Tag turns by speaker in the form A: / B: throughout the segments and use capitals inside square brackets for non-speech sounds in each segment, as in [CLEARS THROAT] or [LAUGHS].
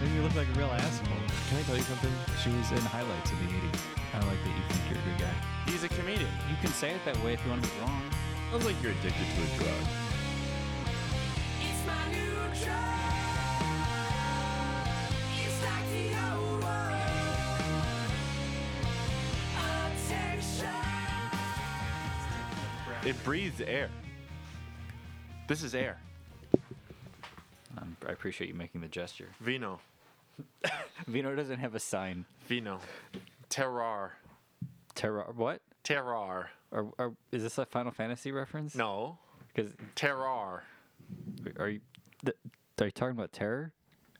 A: Maybe you look like a real asshole.
B: Can I tell you something? She was in highlights in the 80s. I like that you think you're a good guy.
C: He's a comedian.
A: You can say it that way if you want to be wrong.
D: Sounds like you're addicted to a drug.
E: It's my new drug. It's like the old one. Obsession.
C: It breathes air. This is air.
A: Um, I appreciate you making the gesture.
C: Vino.
A: Vino doesn't have a sign.
C: Vino. Terrar.
A: Terror. What?
C: Terrar.
A: Or, or is this a Final Fantasy reference?
C: No.
A: Because
C: Terrar.
A: are you? Th- are you talking about terror?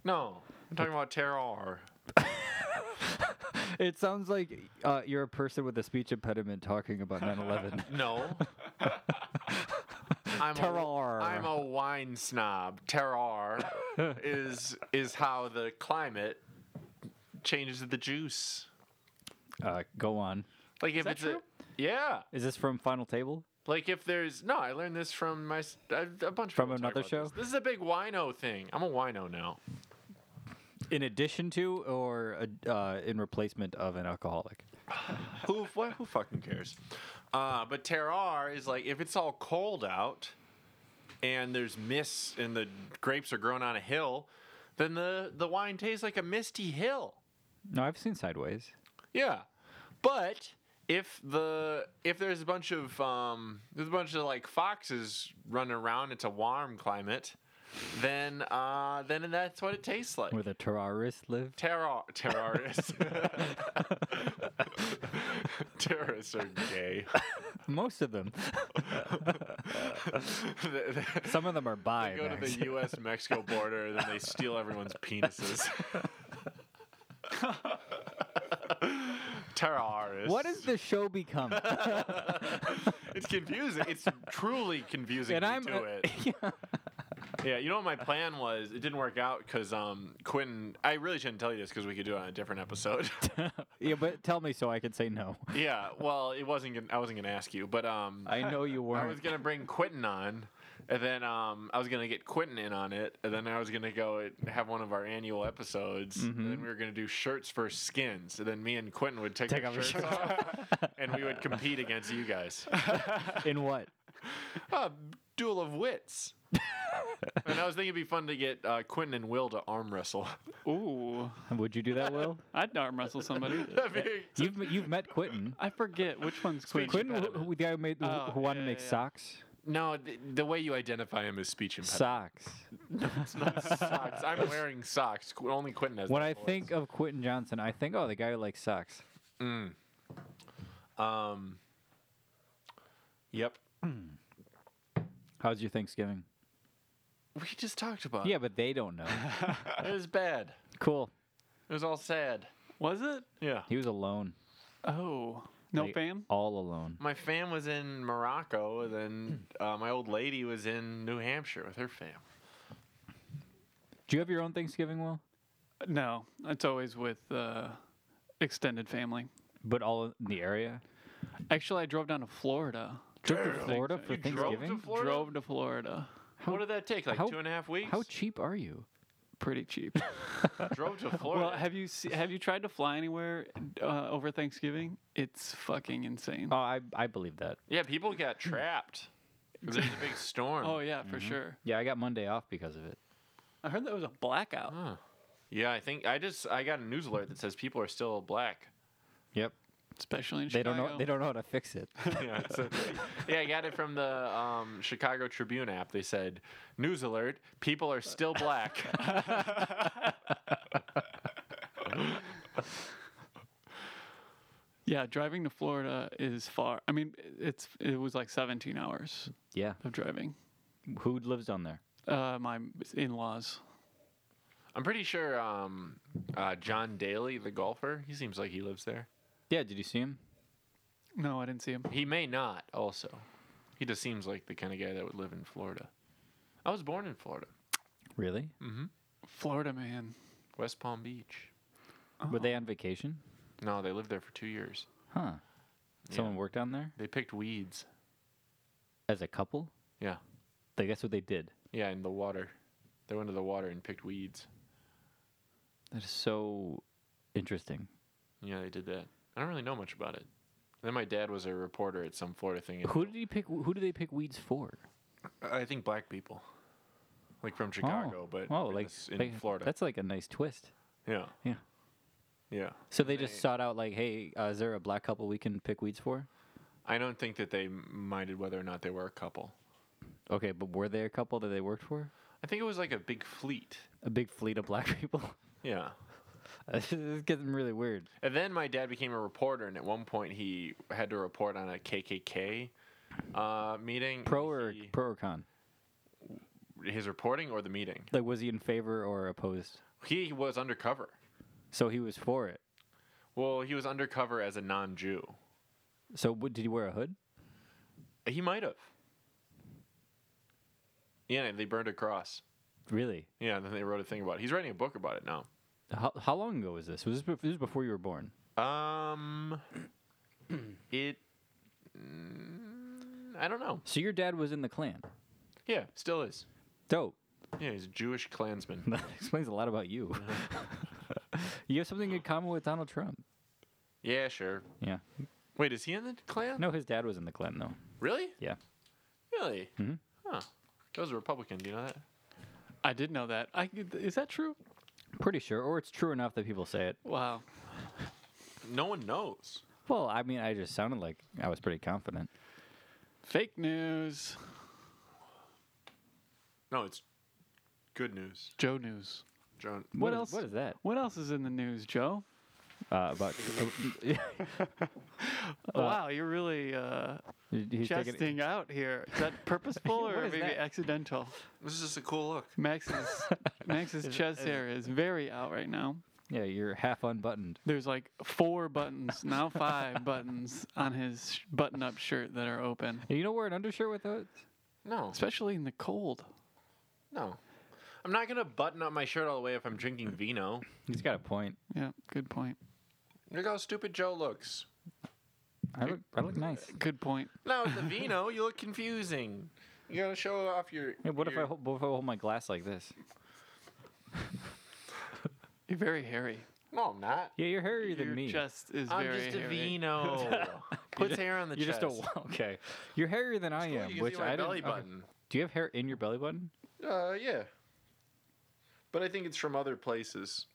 C: No. I'm talking about terrar.
A: It sounds like uh, you're a person with a speech impediment talking about 9/11.
C: No. [LAUGHS] I'm
A: Terrar.
C: A, I'm a wine snob. [LAUGHS] Terrar is is how the climate changes the juice.
A: [LAUGHS] uh, go on.
C: Like if
A: that
C: it's
A: true?
C: a yeah.
A: Is this from Final Table?
C: Like if there's no, I learned this from my s- I- a bunch of people
A: From
C: talk
A: another
C: about
A: show?
C: This. This is a big wino thing. I'm a wino now.
A: In addition to, or uh, uh, in replacement of an alcoholic?
C: Who what, who fucking cares? Uh, but terroir is like if it's all cold out and there's mist and the grapes are grown on a hill, then the the wine tastes like a misty hill.
A: No, I've seen Sideways.
C: Yeah, but if the if there's a bunch of um, there's a bunch of like foxes running around, it's a warm climate. Then uh, then that's what it tastes like.
A: Where the terrorists live.
C: Terror terrorists. [LAUGHS] Terrorists are gay.
A: Most of them. [LAUGHS]
C: They- they-
A: Some of them are bi.
C: [LAUGHS] They go to
A: Max.
C: the U.S. Mexico border, and then they steal everyone's
A: [LAUGHS]
C: penises. Terrorists.
A: What does the show
D: [LAUGHS]
A: become?
C: It's confusing. It's truly confusing
A: [LAUGHS] And
C: me
A: I'm- uh,
C: to
A: [LAUGHS]
C: it. Yeah, you know what my plan was? It didn't work out because um, Quentin. I really shouldn't tell you this because we could do it on a different episode. [LAUGHS]
A: yeah, but tell me so I can say no.
C: yeah, well, it wasn't. Gonna, I wasn't gonna ask you, but um,
A: I know
D: [LAUGHS]
A: you
C: I
A: weren't.
C: was gonna bring Quentin on, and then um, I was gonna get Quentin in on it, and then I was gonna go and have one of our annual episodes,
A: Mm-hmm.
C: and then we were gonna do shirts versus skins, and then me and Quentin would take,
A: Take
C: our
A: off your
C: shirts
A: shirts.
C: off,
A: [LAUGHS]
C: and we would compete against you guys.
A: In what?
C: Uh, duel of wits. and I was thinking it'd be fun to get uh, Quentin and Will to arm wrestle. [LAUGHS]
D: Ooh,
A: Would you do that,
D: [LAUGHS]
A: Will?
D: I'd arm wrestle
A: [LAUGHS]
D: somebody.
C: That'd be-
A: You've m- you've met Quentin.
D: I forget which one's Queen.
A: Quentin, who, who- the guy who made who,
D: Oh,
A: who wanted
D: yeah,
A: to make
D: yeah, yeah.
A: socks.
C: no, the, the way you identify him is speech impediment.
A: Socks.
C: socks.
A: [LAUGHS]
C: I'm wearing socks. Qu- Only Quentin has.
A: When
C: that
A: I
C: voice.
A: think of Quentin Johnson, I think oh the guy who likes socks.
C: Um. Yep.
A: How's your Thanksgiving?
C: We just talked
D: Uh,
C: about.
A: Yeah, but they don't
D: [LAUGHS]
A: know.
C: It was bad.
A: cool.
C: It was all sad.
D: Was it?
C: Yeah.
A: He was alone.
D: Oh, no
A: Like,
D: fam.
A: All alone.
C: My fam was in Morocco, and then uh, my old lady was in New Hampshire with her fam.
A: Do you have your own Thanksgiving, Will?
D: No, it's always with uh, extended family.
A: But all in the area.
D: Actually, I drove down to Florida.
A: Trip to Florida for
D: You drove
C: Drove
A: Thanksgiving.
C: to Florida.
D: Drove to Florida.
C: what did that take? Like
A: how-
C: two and a half weeks.
A: How cheap are you? [LAUGHS]
D: Pretty cheap.
C: drove to Florida.
D: well, have you se- have you tried to fly anywhere uh, over Thanksgiving? It's fucking insane.
A: Oh, I I believe that.
C: yeah, people got trapped. 'Cause There was a big storm.
D: Oh yeah, for
A: Mm-hmm.
D: sure.
A: Yeah, I got Monday off because of it.
D: I heard that was a blackout.
C: Yeah, I think I just I got a news alert that says people are still black.
A: Yep.
D: especially in
A: They
D: Chicago.
A: don't know. They don't know how to fix it.
C: yeah, it's a- [LAUGHS] yeah, I got it from the um, Chicago Tribune app. They said, "News alert: People are still black."
D: Yeah, driving to Florida is far. I mean, it's it was like 17 hours
A: [LAUGHS] yeah.
D: of driving.
A: Who lives down there?
D: Uh, my in-laws.
C: I'm pretty sure um, uh, John Daly, the golfer, he seems like he lives there.
A: Yeah. Did you see him?
D: No, I didn't see him.
C: He may not. Also, he just seems like the kind of guy that would live in Florida. I was born in Florida,
A: Really?
D: Florida man.
C: West Palm Beach.
A: Were they on vacation?
C: No, they lived there for two years.
A: Huh. Someone worked down there
C: They picked weeds.
A: as a couple.
C: Yeah,
A: They guess what they did.
C: Yeah, in the water. They went to the water and picked weeds.
A: That is so interesting.
C: Yeah, they did that. I don't really know much about it. Then my dad was a reporter at some Florida thing. and-
A: Who did he pick? Who do they pick weeds for?
C: I think black people, like from Chicago, but
A: oh,
C: in
A: like
C: this- in
A: like-
C: Florida.
A: That's like a nice twist.
C: yeah,
A: Yeah.
C: yeah.
A: So they just sought out like, hey, uh, is there a black couple we can pick weeds for?
C: I don't think that they minded whether or not they were a couple.
A: Okay, but were they a couple that they worked for?
C: I think it was like a big fleet.
A: A big fleet of black [LAUGHS] people.
C: Yeah.
A: [LAUGHS] this is getting really weird.
C: And then my dad became a reporter, and at one point he had to report on a KKK uh, meeting.
A: Pro or
C: He-
A: pro or con?
C: his reporting or the meeting?
A: Like, was he in favor or opposed?
C: He was undercover.
A: So he was for it.
C: Well, he was undercover as a non-Jew.
A: So what, did he wear a hood?
C: He might have. Yeah, they burned a cross.
A: Really?
C: Yeah, and then they wrote a thing about it. He's writing a book about it now.
A: How, how long ago was this? Was this, bef- this was before you were born? [CLEARS THROAT]
C: Um, it. mm, I don't know.
A: So your dad was in the Klan.
C: Yeah, still is.
A: Dope. [LAUGHS]
C: Yeah, he's a Jewish Klansman.
A: That explains a lot about you. [LAUGHS] you have something in common with Donald Trump.
C: yeah, sure.
A: Yeah.
C: Wait, is he in the Klan?
A: No, his dad was in the Klan, though.
C: Really?
A: Yeah.
C: Really? Mm-hmm. Huh. That was a Republican. Do you know that?
D: I did know that. I is that true?
A: Pretty sure. Or it's true enough that people say it.
D: Wow.
C: No one knows.
A: Well, I mean, I just sounded like I was pretty confident.
D: Fake news.
C: No, it's good news.
D: Joe news.
C: John.
D: What,
A: is-
D: else?
A: What is that?
D: What else is in the news, Joe?
A: Uh, about. [LAUGHS]
D: wow, you're really uh,
A: he's taking-
D: chesting out here. Is [LAUGHS] that purposeful
A: What
D: or
A: is
D: maybe
A: that?
D: accidental?
C: This is just a cool look.
D: Max's [LAUGHS] Max's chest hair is very out right now.
A: yeah, you're half unbuttoned.
D: There's like four buttons now, [LAUGHS] five buttons on his sh- button-up shirt that are open,
A: And you don't wear an undershirt with those?
C: No,
D: especially in the cold.
C: no. I'm not gonna button up my shirt all the way if I'm drinking
A: Mm.
C: vino.
A: He's got a point.
D: Yeah, good point.
C: Look how stupid Joe looks.
A: I look, I look nice.
D: Good point.
C: Now with the vino, you look confusing. You gotta show off your.
A: Hey, what if I
C: your-
A: hold, what if I hold my glass like this?
D: You're very hairy.
C: No, I'm not.
A: Yeah, you're hairier than
D: Your
A: me.
D: chest is
C: I'm
D: very
C: just a
D: hairy.
A: [LAUGHS]
C: vino. Puts hair on the
A: you're
C: chest.
A: just a [LAUGHS] okay. You're hairier than I
C: Ooh,
A: am,
C: you can
A: which
C: see my
A: I
C: belly
A: didn't. okay.
C: button.
A: Do you have hair in your belly button?
C: Uh, yeah. But I think it's from other
A: [LAUGHS]
C: places.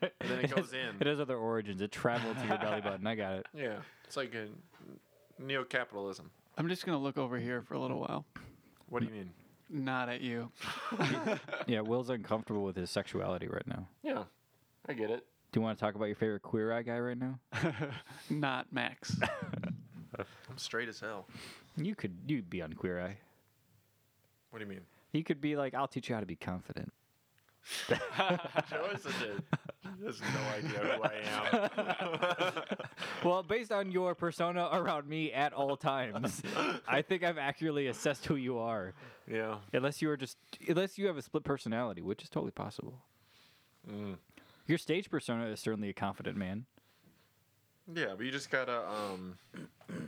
C: and then it goes
A: It
C: in.
A: has other origins. It traveled to your [LAUGHS] belly button. I got it.
C: Yeah, it's like a neo-capitalism.
D: I'm just gonna look over here for a little while.
C: What do you mean?
D: Not at you.
A: Yeah, Will's uncomfortable with his sexuality right now.
C: Yeah, I get it.
A: Do you want to talk about your favorite queer eye guy right now?
D: Not Max. [LAUGHS]
C: I'm straight as hell.
A: You could you'd be on queer eye.
C: What do [LAUGHS] you mean?
A: You could be like, I'll teach you how to be confident.
C: Joe is such a he has no idea who I am.
A: Well, based on your persona around me at
C: [LAUGHS]
A: all times, I think I've accurately assessed who you are.
C: [LAUGHS] Yeah.
A: Unless you are just unless you have a split personality, which is totally possible. Your stage persona is certainly a confident man.
C: Yeah, but you just gotta um, [CLEARS THROAT] you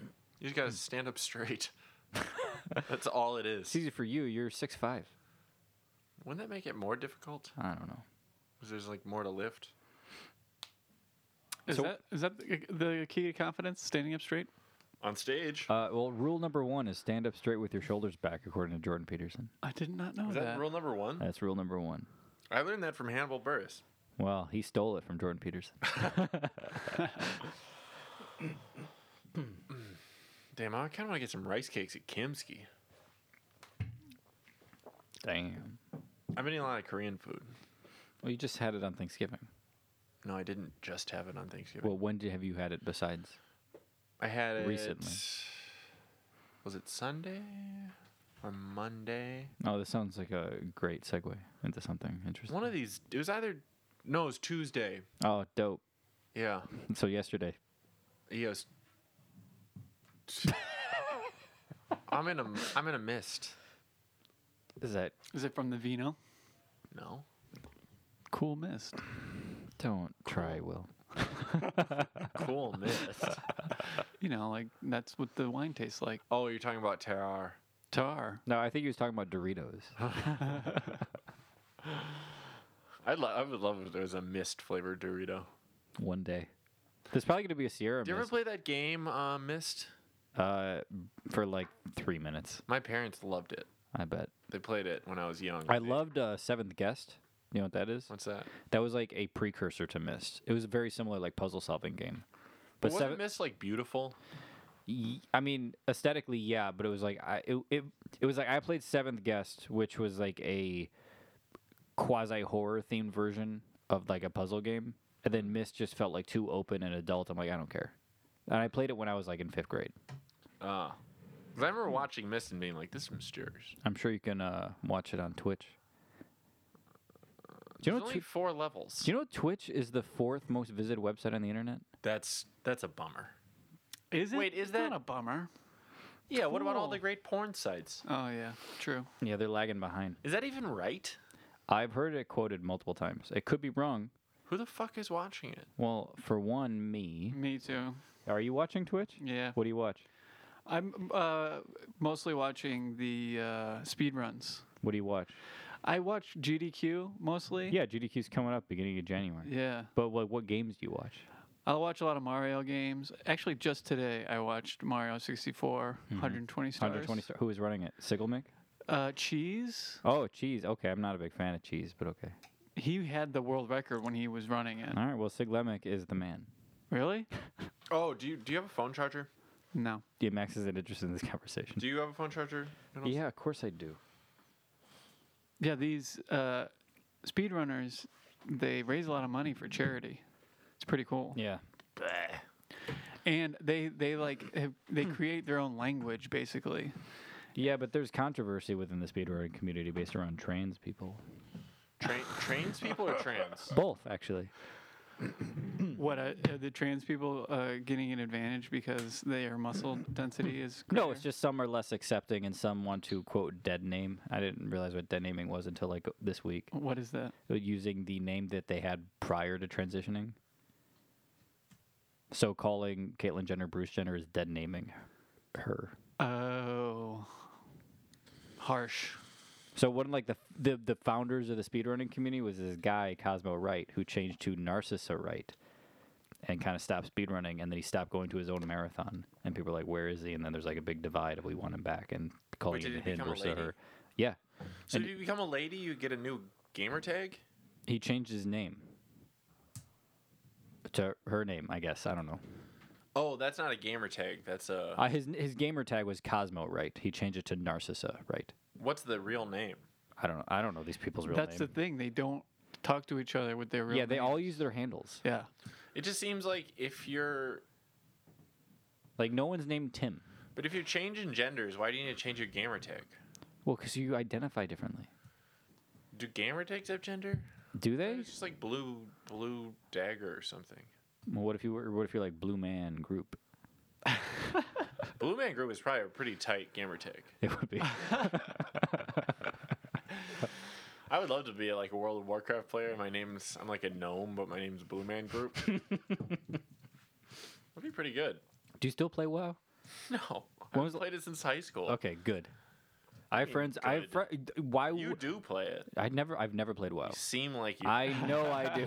C: just gotta stand up straight. [LAUGHS] That's all it is.
A: It's easy for you. You're six five.
C: Wouldn't that make it more difficult?
A: I don't know.
C: Because there's like more to lift.
D: Is
A: So-
D: that is that the, the key to confidence? Standing up straight.
C: On stage.
A: Uh, well, rule number one is stand up straight with your shoulders back, according to Jordan Peterson.
D: I did not know
C: is that, Uh,
D: that.
C: rule number one?
A: That's rule number one.
C: I learned that from Hannibal Burris.
A: Well, he stole it from Jordan Peterson.
C: Damn, I kind of want to get some rice cakes at Kimski.
A: Damn.
C: I've been eating a lot of Korean food.
A: Well, you just had it on Thanksgiving.
C: No, I didn't just have it on Thanksgiving.
A: Well, when did, have you had it besides?
C: I had it
A: recently.
C: Was it Sunday or Monday?
A: Oh, this sounds like a great segue into something interesting.
C: One of these. It was either. No, it was Tuesday.
A: Oh, dope.
C: Yeah.
A: So yesterday.
C: Yes. [LAUGHS] I'm in a I'm in a mist.
A: Is that
D: Is it from the vino?
C: No.
D: Cool mist.
A: don't try, Will.
C: Cool mist.
A: [LAUGHS]
D: You know, like that's what the wine tastes like.
C: oh, you're talking about Terrar.
D: Tar.
A: No, I think he was talking about Doritos.
C: I'd lo- I would love if there was a mist flavored Dorito.
A: One day. There's probably going to be a Sierra
C: Do you ever
A: Mist,
C: play that game, uh, Mist?
A: uh, for like three minutes,
C: My parents loved it.
A: I bet.
C: They played it when I was young.
A: I loved uh, Seventh Guest. You know what that is?
C: What's that?
A: That was like a precursor to Mist. It was a very similar like puzzle solving game.
C: But
A: But
C: wasn't
A: seven,
C: Mist like beautiful?
A: y- I mean, aesthetically, yeah, but it was like I it, it it was like I played Seventh Guest, which was like a quasi horror themed version of like a puzzle game, and then Mist just felt like too open and adult. I'm like, I don't care, and I played it when I was like in fifth grade.
C: Ah. 'Cause I remember watching Mist and being like, this is mysterious.
A: I'm sure you can uh, watch it on Twitch. Do you
C: There's
A: know
C: only
A: Twi-
C: four levels.
A: do you know Twitch is the fourth most visited website on the internet?
C: That's that's a bummer.
D: Is it?
C: Wait, is
D: It's
C: that-
D: not a bummer?
C: Yeah, what about all
D: Cool.
C: the great porn sites?
D: Oh yeah, true.
A: Yeah, they're lagging behind.
C: Is that even right?
A: I've heard it quoted multiple times. It could be wrong.
C: Who the fuck is watching it?
A: Well, for one, me.
D: Me too.
A: Are you watching Twitch?
D: Yeah.
A: What do you watch?
D: I'm uh, mostly watching the uh, speed runs.
A: What do you watch?
D: I watch GDQ mostly.
A: Yeah, GDQ's coming up beginning of January.
D: Yeah.
A: But what, what games do you watch?
D: I'll watch a lot of Mario games. Actually, just today I watched Mario 64,
A: Mm-hmm.
D: 120 stars.
A: 120 star. Who is running it? Sigelmick?
D: Uh, Cheese.
A: Oh, cheese. Okay, I'm not a big fan of cheese, but okay.
D: He had the world record when he was running it.
A: All right, well, Siglemic is the man.
D: Really?
C: Oh, do you do you have a phone charger?
D: No.
A: Yeah, Max isn't interested in this [LAUGHS] conversation.
C: Do you have a phone charger? Noodles?
A: yeah, of course I do.
D: Yeah, these uh, speedrunners, they raise a lot of money for charity. It's pretty cool.
A: Yeah.
D: And they
A: [CLEARS THROAT]
D: they like have, they create their own language basically.
A: Yeah, but there's controversy within the speedrunning community based around trans people.
C: Train, trains people or trans?
A: Both, actually. Hmm.
D: What uh, are the trans people uh, getting an advantage because their muscle density is
A: No,
D: greater?
A: it's just some are less accepting and some want to quote dead name. I didn't realize what dead naming was until like this week.
D: what is that?
A: Using the name that they had prior to transitioning. So calling Caitlyn Jenner Bruce Jenner is dead naming her.
D: Oh, harsh.
A: So one of, like the the the founders of the speedrunning community was this guy Cosmo Wright who changed to Narcissa Wright and kind of stopped speedrunning and then he stopped going to his own marathon and people were like where is he and then there's like a big divide of we want him back and calling
C: did
A: it
C: he
A: him
C: become a
A: versus
C: lady?
A: her. Yeah.
C: [LAUGHS] So if you become a lady, you get a new gamer tag?
A: He changed his name to her name, I guess. I don't know.
C: Oh, that's not a gamer tag. That's a
A: Uh, his his gamer tag was Cosmo, right? He changed it to Narcissa, right?
C: what's the real name?
A: I don't know. I don't know these people's real
D: That's the
A: name.
D: thing. They don't talk to each other with their real.
A: yeah, they
D: name.
A: all use their handles.
D: Yeah.
C: It just seems like if you're
A: Like no one's named Tim.
C: but if you're changing genders, why do you need to change your gamer tag?
A: Well, because you identify differently.
C: Do gamer tags have gender?
A: Do
C: I thought
A: they?
C: it was just like blue blue dagger or something.
A: Well, what if you were? What if you're like Blue Man Group? [LAUGHS]
C: Blue Man Group is probably a pretty tight gamer tag.
A: It would [LAUGHS] be.
C: I would love to be like a World of Warcraft player. My name's I'm like a gnome, but my name's Blue Man
A: [LAUGHS]
C: Group. That'd be pretty good. [LAUGHS]
A: Do you still play WoW?
C: No,
A: When
C: I've
A: was the-
C: played it since high school.
A: Okay, good. I have friends. I have
C: good.
A: friends. Why?
C: You
A: would
C: do play it.
A: I never. I've never played WoW.
C: You seem like [LAUGHS] you.
A: Oh. [LAUGHS] I know I do.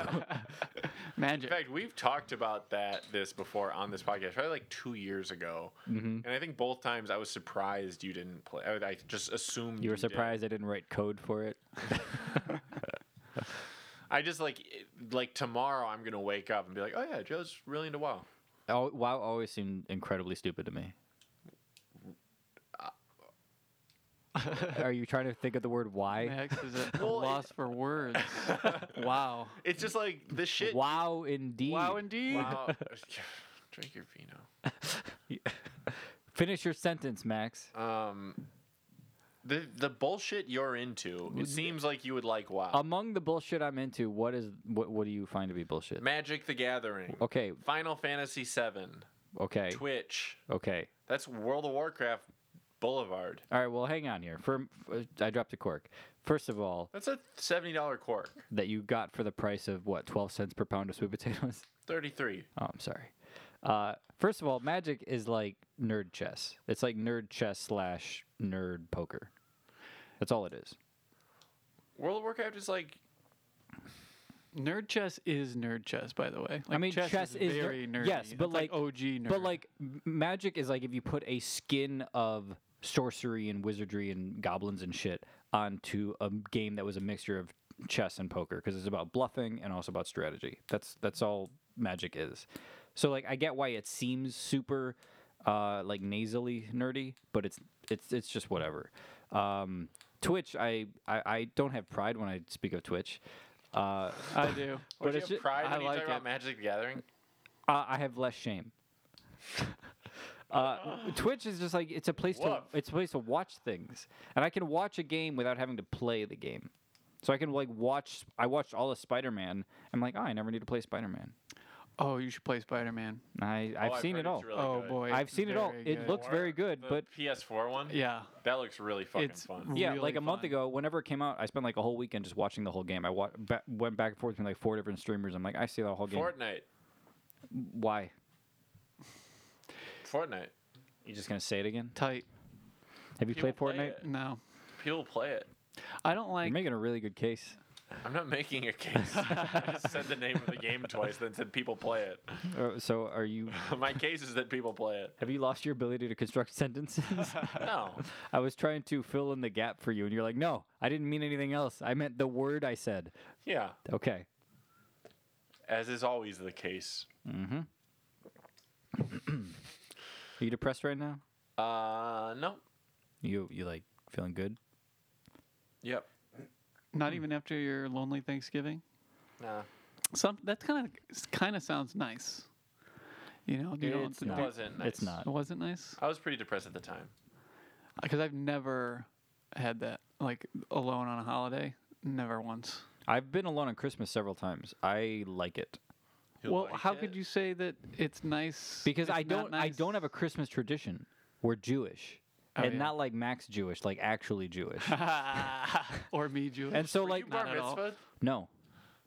D: Magic.
C: In fact, we've talked about that this before on this podcast, probably like two years ago,
A: Mm-hmm.
C: and I think both times I was surprised you didn't play. I, I just assumed
A: You were
C: did.
A: surprised I didn't write code for it.
C: I just like it- like tomorrow I'm gonna wake up and be like, oh yeah, Joe's really into WoW.
A: Al- WoW always seemed incredibly stupid to me. Are you trying to think of the word why?
D: Max is at a
C: Well, it-
D: loss for words. wow.
C: It's just like this shit.
A: Wow, indeed.
D: Wow, indeed.
C: Wow. [LAUGHS] Drink your vino.
A: Finish your sentence, Max.
C: Um, the the bullshit you're into. It seems like you would like WoW.
A: Among the bullshit I'm into, what is what? What do you find to be bullshit?
C: Magic the Gathering,
A: Okay,
C: Final Fantasy VII,
A: okay,
C: Twitch.
A: okay.
C: That's World of Warcraft Boulevard.
A: All right. Well, hang on here. For, for- I dropped a cork. First of all,
C: That's a seventy dollar cork.
A: that you got for the price of what twelve cents per pound of sweet potatoes. [LAUGHS]
C: Thirty three.
A: Oh, I'm sorry. Uh, first of all, Magic is like nerd chess. It's like nerd chess slash nerd poker. That's all it is.
C: World of Warcraft is like
D: Nerd chess is nerd chess, by the way. Like,
A: I mean, chess, is ner-
D: very nerdy.
A: Yes, but
D: It's like, OG nerd.
A: But like m- Magic is like if you put a skin of sorcery and wizardry and goblins and shit onto a m- game that was a mixture of chess and poker because it's about bluffing and also about strategy. That's that's all Magic is. So like I get why it seems super uh, like nasally nerdy, but it's it's it's just whatever. Um, Twitch, I, I I don't have pride when I speak of Twitch. Uh,
D: I do.
C: Would
A: But
C: you
A: it's
C: have
A: ju-
C: pride when
D: I
C: you
D: like
C: talk about
D: it.
C: Magic the Gathering?
A: uh, I have less shame. [LAUGHS] uh, Twitch is just like it's a place
C: Woof.
A: to it's a place to watch things, and I can watch a game without having to play the game. So I can like watch. I watched all of Spider Man. I'm like, oh, I never need to play Spider Man.
D: Oh, you should play Spider Man.
A: I I've
C: Oh,
A: seen
C: heard
A: it
C: it's
A: all.
C: really
D: oh
C: good.
D: boy,
A: I've
D: it's
A: seen it all.
D: very
A: It
D: good.
A: looks very good,
C: The
A: but
C: PS4 one.
D: Yeah.
C: that looks really fucking
D: It's
C: fun.
A: yeah,
D: really
A: like a month
D: fun.
A: ago, whenever it came out, I spent like a whole weekend just watching the whole game. I wa- ba- went back and forth between like four different streamers. I'm like, I see the whole game.
C: Fortnite.
A: Why?
C: Fortnite.
A: You just gonna say it again?
D: Tight.
A: Have you played
C: People
A: Fortnite?
C: play it.
D: No,
C: People play it.
D: I don't like.
A: You're making a really good case.
C: I'm not making a case. I just said the name of the game twice, then said people play it. [LAUGHS]
A: Uh, so are you
C: My case is that people play it.
A: Have you lost your ability to construct [LAUGHS] sentences?
C: No.
A: I was trying to fill in the gap for you, and you're like, no, I didn't mean anything else. I meant the word I said.
C: Yeah.
A: Okay.
C: As is always the case.
A: Mm-hmm. [CLEARS THROAT] Are you depressed right now?
C: Uh, no.
A: You you like feeling good?
C: Yep.
D: Not even after your lonely Thanksgiving.
C: Nah.
D: Some that kind of kind of sounds nice. You know, you don't-
C: It's-
D: you
C: it
A: No.
D: don't-
C: wasn't nice.
A: It's not.
D: It wasn't nice
C: I was pretty depressed at the time.
D: because I've never had that like alone on a holiday. Never once.
A: I've been alone on Christmas several times. I like it
D: well, how could you say that it's nice?
A: because
D: it's
A: I
D: not
A: don't I
D: nice?
A: don't have a Christmas tradition. We're Jewish,
D: Oh,
A: and
D: yeah.
A: not like Max Jewish, like actually Jewish.
D: [LAUGHS] or me Jewish.
A: and so
C: Were
A: like
C: you bar
D: Not at all.
C: mitzvahed?
A: No.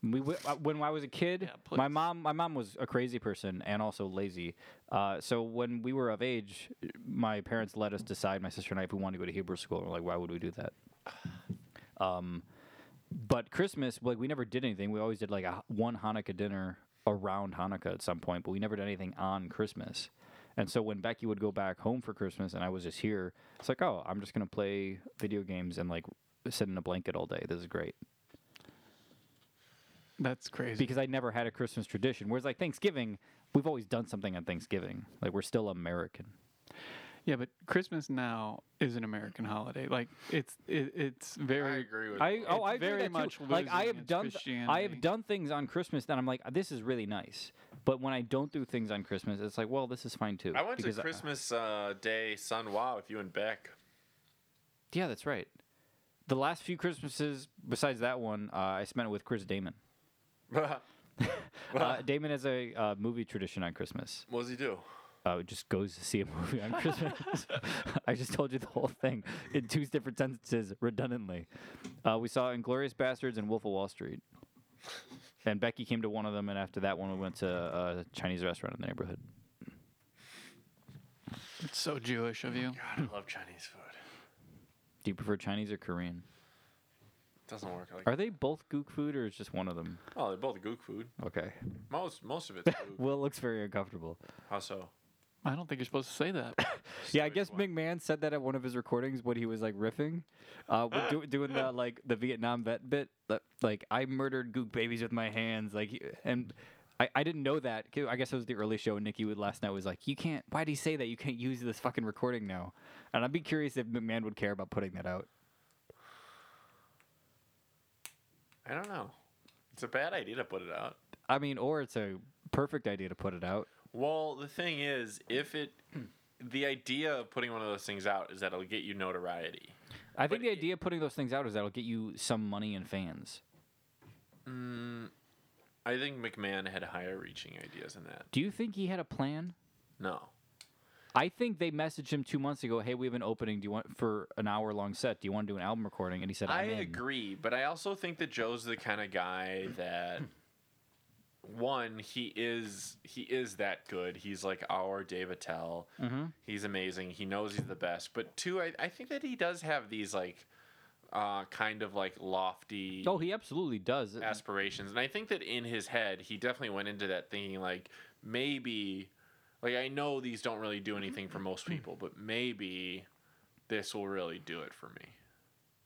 A: We, we, uh, when I was a kid,
D: Yeah,
A: my
D: please.
A: mom my mom was a crazy person and also lazy. Uh, so when we were of age, my parents let us decide, my sister and I, if we wanted to go to Hebrew school. And we're like, why would we do that? Um, but Christmas, like we never did anything. We always did like a, one Hanukkah dinner around Hanukkah at some point, but we never did anything on Christmas. And so when Becky would go back home for Christmas and I was just here, it's like, oh, I'm just gonna play video games and like sit in a blanket all day. This is great
D: That's crazy.
A: because I never had a Christmas tradition. Whereas like Thanksgiving, we've always done something on Thanksgiving. Like we're still American.
D: Yeah, but Christmas now is an American holiday. Like it's it, it's
C: I
D: very
C: agree with
A: I
C: you.
A: oh I
D: It's
A: agree
D: very
A: with that
D: much
A: too. like I
D: losing
A: have
D: its
A: done th- I
D: Christianity.
A: have done things on Christmas that I'm like this is really nice. But when I don't do things on Christmas, it's like well this is fine too.
C: I went to
A: because
C: Christmas uh, Day Sun Wow with you and Beck. [LAUGHS]
A: yeah, that's right. The last few Christmases, besides that one, uh, I spent it with Chris Damon. Uh, Damon has a uh, movie tradition on Christmas.
C: What does he do?
A: uh, just goes to see a [LAUGHS] movie on [LAUGHS] Christmas. I just told you the whole thing in two different sentences redundantly. Uh, we saw Inglorious Bastards and Wolf of Wall Street. And Becky came to one of them, and after that one, we went to a Chinese restaurant in the neighborhood.
D: it's so Jewish of you.
C: God, I love Chinese food.
A: Do you prefer Chinese or Korean?
C: Doesn't work like.
A: Are they both gook food, or is just one of them?
C: Oh, they're both gook food.
A: Okay.
C: Most most of it's gook.
A: Will looks very uncomfortable.
C: How so?
D: I don't think you're supposed to say
C: [LAUGHS]
D: that.
A: Yeah, I
C: which
A: guess
C: one?
A: McMahon said that at one of his recordings when he was like riffing, uh, with do, doing the like the Vietnam vet bit. that, Like I murdered gook babies with my hands. Like he- and I, I didn't know that. 'cause I guess it was the early show. And Nikki would last night was like, "You can't. Why would he say that? You can't use this fucking recording now." And I'd be curious if McMahon would care about putting that out.
C: I don't know. It's a bad idea to put it out.
A: I mean, or it's a perfect idea to put it out.
C: Well, the thing is, if it, [CLEARS THROAT] the idea of putting one of those things out is that it'll get you notoriety.
A: I think
C: But
A: the
C: i-
A: idea of putting those things out is that'll get you some money and fans.
C: I think McMahon had higher reaching ideas than that.
A: Do you think he had a plan?
C: No.
A: I think they messaged him two months ago. Hey, we have an opening. Do you want for an hour long set? Do you want to do an album recording? And he said,
C: I
A: I'm in."
C: agree, but I also think that Joe's the kind of guy that one, he is he is that good. He's like our Dave Attell.
A: Mm-hmm.
C: He's amazing. He knows he's the best. But two, I, I think that he does have these like uh, kind of like lofty
A: Oh, he absolutely does.
C: aspirations. And I think that in his head, he definitely went into that thinking like maybe like I know these don't really do anything for most people, but maybe this will really do it for me.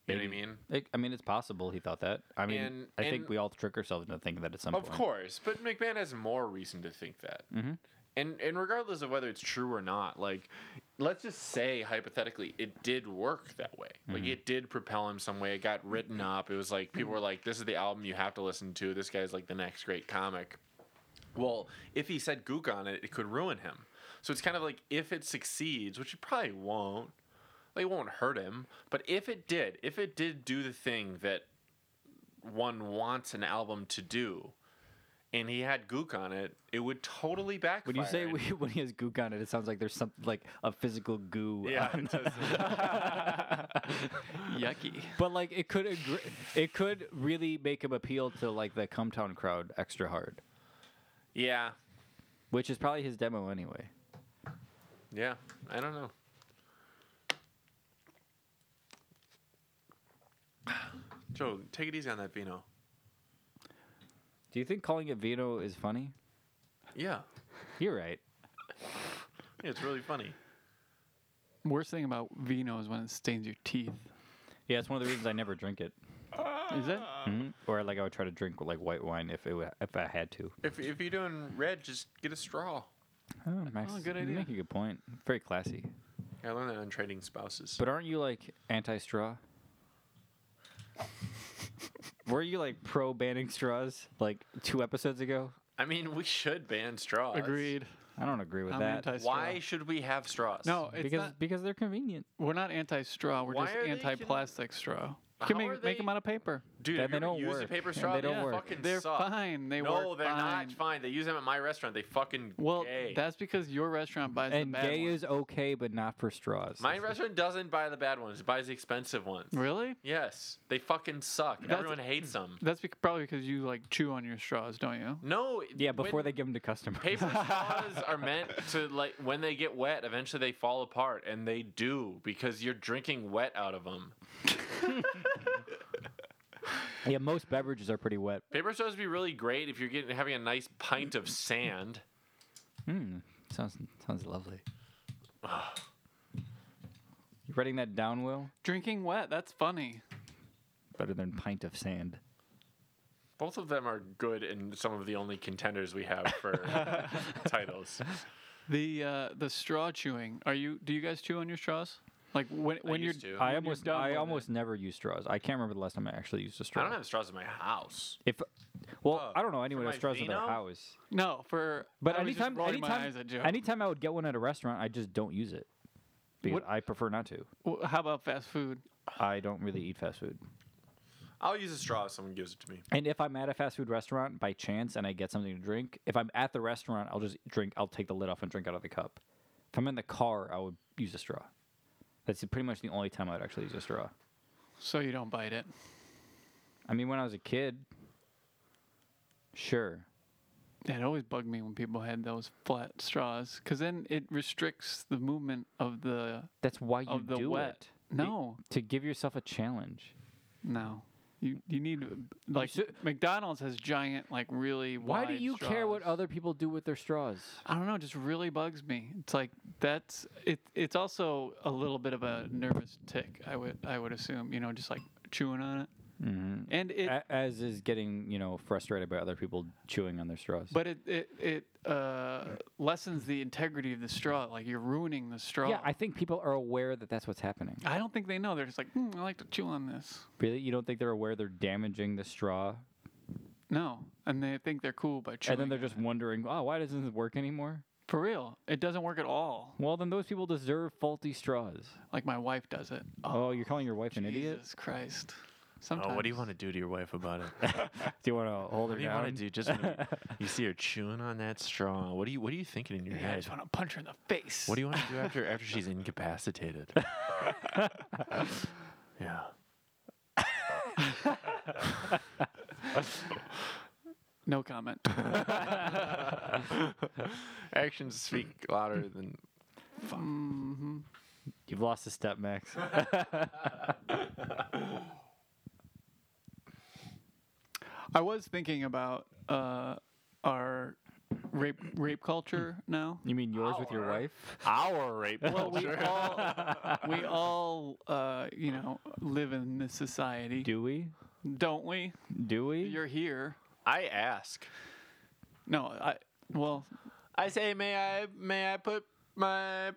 C: You know what I mean?
A: It, I mean, it's possible he thought that. I mean,
C: And-
A: I think
C: and-
A: we all trick ourselves into thinking that at some
C: Of
A: point.
C: course, but McMahon has more reason to think that. Mm-hmm. And and regardless of whether it's true or not, like let's just say hypothetically, it did work that way. Like
A: Mm-hmm.
C: it did propel him some way. It got written up. It was like people were like, "This is the album you have to listen to. This guy's like the next great comic." Well, if he said gook on it, it could ruin him. So it's kind of like if it succeeds, which it probably won't. Like, it won't hurt him. But if it did, if it did do the thing that one wants an album to do, and he had gook on it, it would totally backfire.
A: When you say
C: and-
A: we, [LAUGHS] when he has gook on it, it sounds like there's something like a physical
C: [LAUGHS]
A: goo. [LAUGHS]
C: yeah,
A: on
C: it does-
D: Yucky.
A: But like it could agree, it could really make him appeal to like the Cumtown crowd extra hard,
C: yeah,
A: which is probably his demo anyway.
C: yeah. I don't know. [SIGHS] Joe, take it easy on that vino.
A: Do you think calling it Vino is funny?
C: Yeah,
A: You're right.
C: yeah it's really funny.
D: Worst thing about vino is when it stains your teeth.
A: Yeah, it's one of the reasons I never drink it.
D: Is it?
C: Ah,
A: Mhm. Or like I would try to drink like white wine if it wa- if I had to.
C: If, if you're doing red, just get a straw.
A: Oh, Max,
D: good
A: you
D: idea.
A: Make a good point. Very classy.
C: I learned that on trading spouses.
A: But aren't you like
D: [LAUGHS]
A: anti-straw? Were you like pro banning straws like two episodes ago?
C: I mean, we should ban straws.
D: Agreed.
A: I don't agree with
D: I'm
A: that.
D: anti-straw.
C: Why should we have straws?
D: No, it's
A: because
D: not,
A: because they're convenient.
D: we're not anti-straw. We're
C: Why
D: just
C: are they
D: anti-plastic straw.
C: How
D: You can
C: are
D: make,
C: they-
D: make them out of paper.
C: dude,
A: Then
C: have you
A: they
C: ever
A: don't
C: used
A: work,
C: a paper
A: and
C: straw?
A: they don't
C: Yeah,
A: work.
C: Fucking
D: They're
C: suck.
D: fine. They
C: no,
D: work
C: they're
D: fine.
C: not fine. They use them at my restaurant. They fucking
D: Well,
C: gay.
D: that's because your restaurant buys
A: And
D: the bad
A: gay
D: one.
A: is okay, but not for straws.
C: my restaurant doesn't buy the bad ones. It buys the expensive ones.
D: Really?
C: Yes, they fucking suck.
D: That's-
C: Everyone hates them.
D: That's bec- probably because you like chew on your straws, don't you?
C: No.
A: yeah, before
C: when
A: they give them to customers.
C: [LAUGHS]
A: [LAUGHS]
C: Paper straws are meant to like when they get wet, eventually they fall apart, and they do because you're drinking wet out of them.
A: yeah, most beverages are pretty wet.
C: Paper straws would be really great if you're getting having a nice pint of sand.
A: Sounds sounds lovely. you writing that down, Will?
D: Drinking wet, that's funny.
A: Better than pint of sand.
C: Both of them are good and some of the only contenders we have [LAUGHS] for titles.
D: The uh, the straw chewing. Are you? Do you guys chew on your straws? Like when when
C: used
D: you're
C: to.
A: I
D: when you're
A: almost
D: done with
A: I
D: it?
A: almost never use straws. I can't remember the last time I actually used a straw.
C: I don't have straws in my house.
A: If well,
C: Oh,
A: I don't know anyone
C: for
A: who
C: my
A: has straws in their
C: vino?
A: house.
D: No, for
A: But
D: I was just
A: anytime
D: rolling my
A: anytime
D: eyes at Joe.
A: anytime I would get one at a restaurant, I just don't use it. Because
D: What-
A: I prefer not to.
D: Wh- How about fast food?
A: I don't really eat fast food.
C: I'll use a straw if someone gives it to me.
A: And if I'm at a fast food restaurant by chance and I get something to drink, if I'm at the restaurant, I'll just drink. I'll take the lid off and drink out of the cup. If I'm in the car, I would use a straw. That's pretty much the only time I would actually use a straw.
D: So you don't bite it.
A: I mean, when I was a kid, sure.
D: It always bugged me when people had those flat straws, because then it restricts the movement of the
A: That's why you
D: of the
A: do
D: wet.
A: it
D: No,
A: to give yourself a challenge.
D: no. You you need like
A: should-
D: McDonald's has giant like really.
A: Why do
D: wide
A: you care what
D: straws.
A: other people do with their straws?
D: I don't know. It just really bugs me. It's like that's it. It's also a little bit of a nervous tick. I would I would assume you know just like chewing on it. Mm-hmm. And it,
A: A- As is getting, you know, frustrated by other people chewing on their straws.
D: but it it it uh, lessens the integrity of the straw. Like you're ruining the straw.
A: yeah, I think people are aware that that's what's happening.
D: I don't think they know. They're just like, hmm, I like to chew on this.
A: Really, you don't think they're aware they're damaging the straw
D: No, and they think they're cool by chewing.
A: and then they're just wondering, oh, why doesn't it work anymore?
D: for real. It doesn't work at all.
A: Well, then those people deserve faulty straws.
D: Like my wife does it.
A: Oh, you're calling your wife an idiot?
D: Jesus Christ. Sometimes.
C: to Oh, do to your wife about [LAUGHS] it?
A: Do you want to hold her
C: What do you
A: down?
C: want to do? Just when [LAUGHS] you see her chewing on that straw. What do you What are you thinking in your
D: I
C: head?
D: just want to punch her in the face.
C: What do you [LAUGHS] want to do after after she's [LAUGHS] incapacitated? yeah. [LAUGHS]
D: No comment.
C: [LAUGHS] Actions speak louder than.
D: Mm.
A: You've lost a step,
D: [LAUGHS]
A: Max.
D: I was thinking about uh, our rape rape culture now.
A: You mean yours with your wife?
C: Our rape
D: Well, we all
C: [LAUGHS]
D: we all uh, you know live in this society,
A: Do we?
D: don't we?
A: Do we?
D: You're here.
C: I ask.
D: No, I well,
C: I say, may I? May I put my?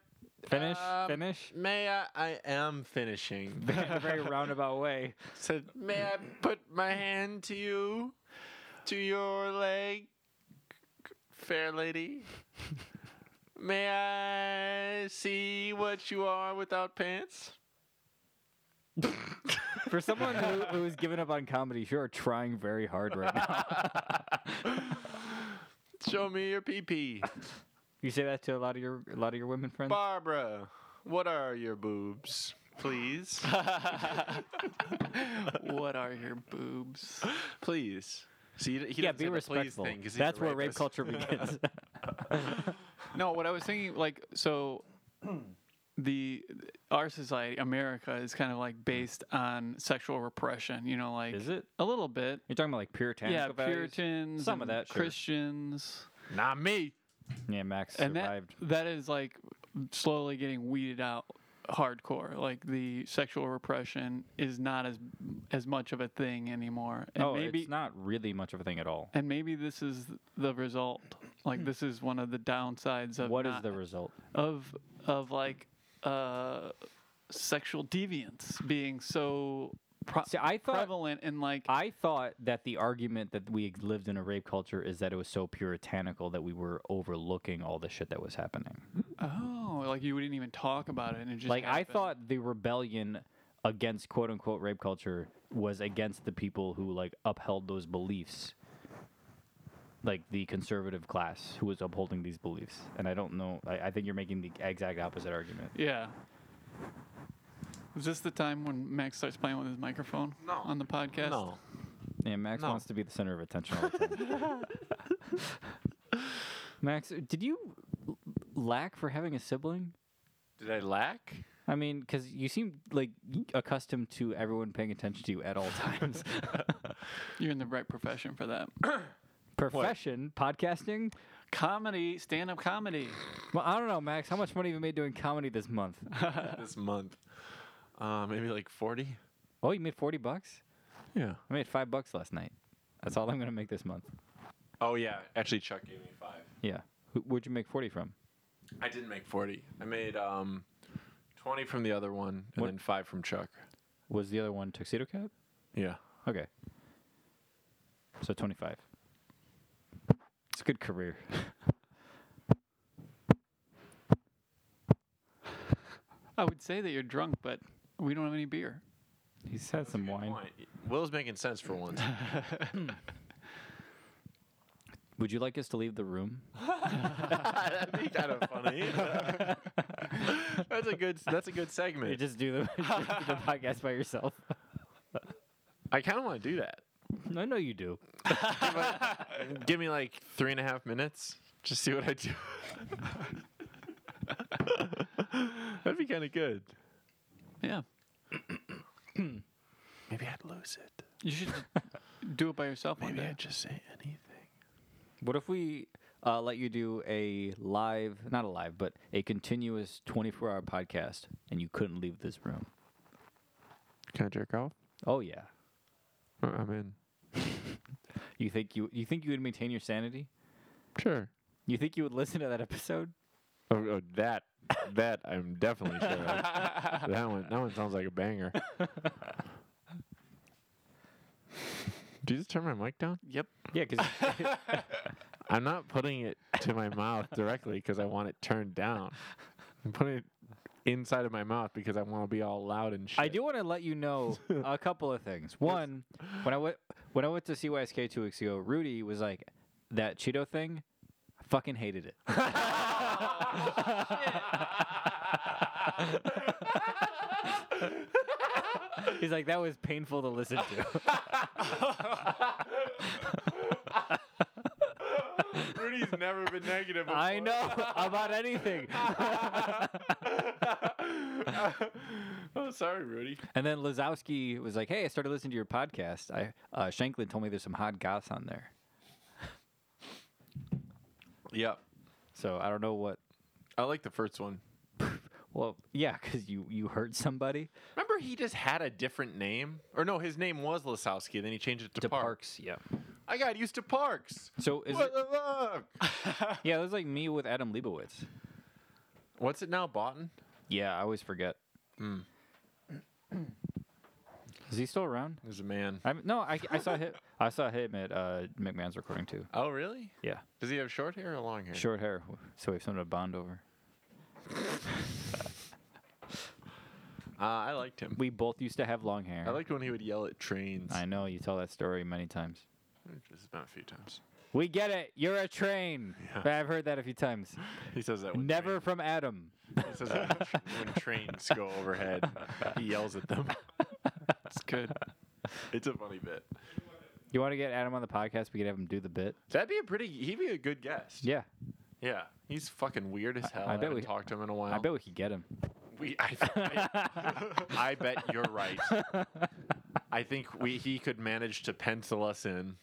A: finish.
C: Um,
A: finish.
C: May I? I am finishing.
A: In a [LAUGHS] very roundabout way.
C: Said, may I put my hand to you, to your leg, fair lady? May I see what you are without pants?
A: For someone who, who has given up on comedy, you are trying very hard right now.
C: Show me your pee pee.
A: [LAUGHS] You say that to a lot of your a lot of your women friends.
C: Barbara, what are your boobs,
A: [LAUGHS]
C: please?
D: what are your boobs?
C: please. See, he
A: yeah,
C: doesn't
A: be
C: say the please
A: respectful.
C: thing 'cause he's a
A: That's where rape
C: rapist. [LAUGHS]
A: culture begins.
D: No, what I was thinking, like, so [CLEARS THROAT] the our society, America, is kind of like based on sexual repression. You know, like
A: Is it?
D: a little bit?
A: You're talking about like puritanical
D: yeah,
A: values?
D: Puritans,
A: Some of
D: and
A: that, sure.
D: Christians,
C: Not me.
A: Yeah, Max
D: and that
A: survived.
D: that is like slowly getting weeded out hardcore. Like the sexual repression is not as as much of a thing anymore. And
A: oh,
D: maybe
A: it's not really much of a thing at all.
D: and maybe this is the result.
A: [CLEARS THROAT]
D: Like this is one of the downsides of
A: What is
D: not-
A: the result?
D: of of like uh, sexual deviance being so pro-
A: See, I thought-
D: prevalent and like
A: I thought that the argument that we lived in a rape culture is that it was so puritanical that we were overlooking all the shit that was happening.
D: oh like you wouldn't even talk about it and it just
A: like I
D: happened.
A: thought the rebellion against quote unquote rape culture was against the people who like upheld those beliefs. Like the conservative class who was upholding these beliefs. And I don't know I, I think you're making the exact opposite argument.
D: yeah. Is this the time when Max starts playing with his microphone
C: No.
D: on the podcast?
C: No.
A: Yeah, Max
C: No.
A: wants to be the center of attention all the time.
D: [LAUGHS]
A: Max, did you l- lack for having a sibling?
C: Did I
A: [LAUGHS]
C: lack?
A: I mean, because you seem like accustomed to everyone paying attention to you at all
D: [LAUGHS]
A: times.
D: You're in the right profession for that. [CLEARS THROAT]
A: Profession, podcasting.
D: comedy, stand up comedy.
A: Well, I don't know, Max. How much money have you made doing comedy this month?
C: this month. Uh, maybe like 40?
A: oh, you made forty bucks.
C: Yeah.
A: I made five bucks last night. That's all I'm gonna make this month.
C: Oh, yeah. Actually, Chuck gave me five.
A: Yeah. Who, where'd you make forty from?
C: I didn't make 40. I made um, 20 from the other one and
A: What-
C: then five from Chuck.
A: Was the other one tuxedo cat?
C: Yeah.
A: Okay. So twenty-five. It's a good career. [LAUGHS]
D: I would say that you're drunk, but we don't have any beer.
A: He's had some wine.
C: Will's making sense for [LAUGHS] once.
A: Would you like us to leave the [LAUGHS] room?
C: That'd be kind of funny. [LAUGHS] that's a good. That's a good segment.
A: just do the, [LAUGHS] the podcast by [LAUGHS] yourself.
C: I kind of want to do that.
A: I know you do.
C: Give me like three and a half minutes. Just see what I do. [LAUGHS] That'd be kind of good.
D: Yeah.
C: Maybe I'd lose it.
D: You should do it by yourself one day.
C: just say anything.
A: What if we uh, let you do a live, not a live, but a continuous 24 hour podcast and you couldn't leave this room?
C: Can I jerk off?
A: Oh, yeah.
C: I'm in.
A: You think you, you think you would maintain your sanity?
C: Sure.
A: You think you would listen to that episode?
C: Oh, oh, that that I'm definitely sure.
A: [LAUGHS]
C: of. that one that one sounds like a banger. Do you just turn my mic down?
D: Yep.
A: Yeah, because
C: I'm not putting it to my mouth directly because I want it turned down. I'm putting it inside of my mouth because I want to be all loud and shit. [LAUGHS]
A: [LAUGHS] I do [LAUGHS] want to let you know a couple of things. One, when I went when I went to CYSK two weeks ago, Rudy was like, "That Cheeto thing, I fucking hated it." [LAUGHS] He's like, "That was painful to listen to."
C: [LAUGHS] You've never been negative. Before.
A: [LAUGHS] I know about [LAUGHS] anything.
C: [LAUGHS] oh, sorry, Rudy.
A: and then Lazowski was like, "Hey, I started listening to your podcast. I uh, Shanklin told me there's some hot goths on there.
C: Yep.
A: So I don't know what.
C: I like the first one.
A: Well, yeah, because you you hurt somebody.
C: Remember, he just had a different name, or no, his name was Lasowski. Then he changed it to,
A: To
C: Parks.
A: Parks, yeah.
C: I got used to Parks.
A: So is
C: what
A: it,
C: the
A: [LAUGHS]
C: fuck?
A: yeah, it was like me with Adam Leibowitz.
C: What's it now, Botten?
A: Yeah, I always forget.
C: Hmm.
A: Is he still around?
C: There's a man.
A: I no, I, I saw him. I saw him at uh, McMahon's recording too.
C: Oh, really?
A: Yeah,
C: Does he have short hair or long hair?
A: short hair, so we have something to bond over.
C: Uh, I liked him.
A: We both used to have long hair.
C: I liked when he would yell at trains.
A: I know you tell that story many times.
C: This has been a few times. [LAUGHS]
A: We get it. You're a train.
C: Yeah.
A: I've heard that a few times.
C: He says that. When
A: Never from Adam.
C: Train, he says that when, tr- when trains go overhead, [LAUGHS] he yells at
A: [LAUGHS]
C: them.
D: It's good.
C: It's a funny bit.
A: You want to get Adam on the podcast? We could have him do the bit.
C: That'd be a pretty. He'd be a good guest.
A: Yeah,
C: Yeah. He's fucking weird as hell.
A: I
C: I,
A: bet
C: bet
A: we-
C: we talked to him in a while.
A: I bet we could get him.
C: we. I, I, I bet you're
A: [LAUGHS]
C: right. I think we he could manage to pencil us
A: [LAUGHS]
C: in.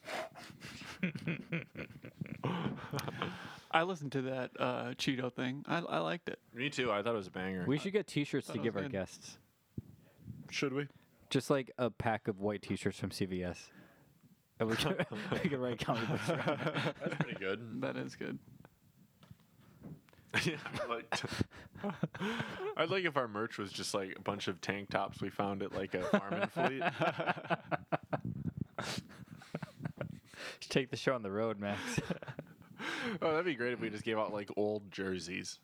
D: I listened to that uh, Cheeto thing. I, I liked it.
C: Me too. I thought it was a banger.
A: We should get T-shirts to
D: Thought it
A: give
D: was
A: our
D: good.
A: guests.
C: should we?
A: Just like a pack of white T-shirts from CVS. And we could, [LAUGHS] we could write comic books. around it.
C: [LAUGHS] That's pretty good.
A: [LAUGHS]
D: That is good.
C: Yeah, I'd [LAUGHS] like to- [LAUGHS] I'd like if our merch was just like a bunch of tank tops we found at like a farm and [LAUGHS] fleet.
A: Take the show on the road, Max.
C: Oh, that'd be great if we just gave out like old jerseys.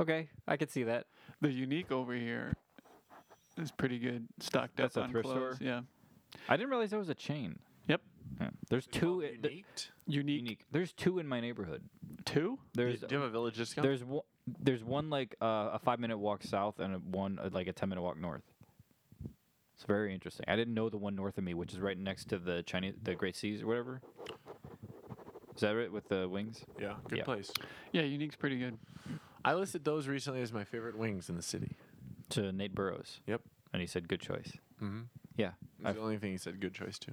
A: okay, I could see that.
D: The unique over here is pretty good. Stocked
A: That's a
D: up on
A: thrift
D: clothes.
A: store?
D: Yeah.
A: I didn't realize there was a chain.
D: Yep.
A: Yeah. There's two. i- th-
C: Unique.
D: Unique,
A: unique. There's two in my neighborhood.
D: two.
A: There's
C: Do you have a village discount?
A: there's one there's one like uh, a five minute walk south and a one uh, like a ten minute walk north. It's very interesting. I didn't know the one north of me, which is right next to the Chinese, the Great Seas or whatever. Is that it with the wings?
C: yeah, good
A: Yeah.
C: place.
D: Yeah, unique's pretty good.
C: I listed those recently as my favorite wings in the city.
A: To Nate Burrows,
C: Yep.
A: and he said, "Good choice."
C: Mm-hmm.
A: Yeah,
C: That's
A: I've,
C: the only thing he said good choice to.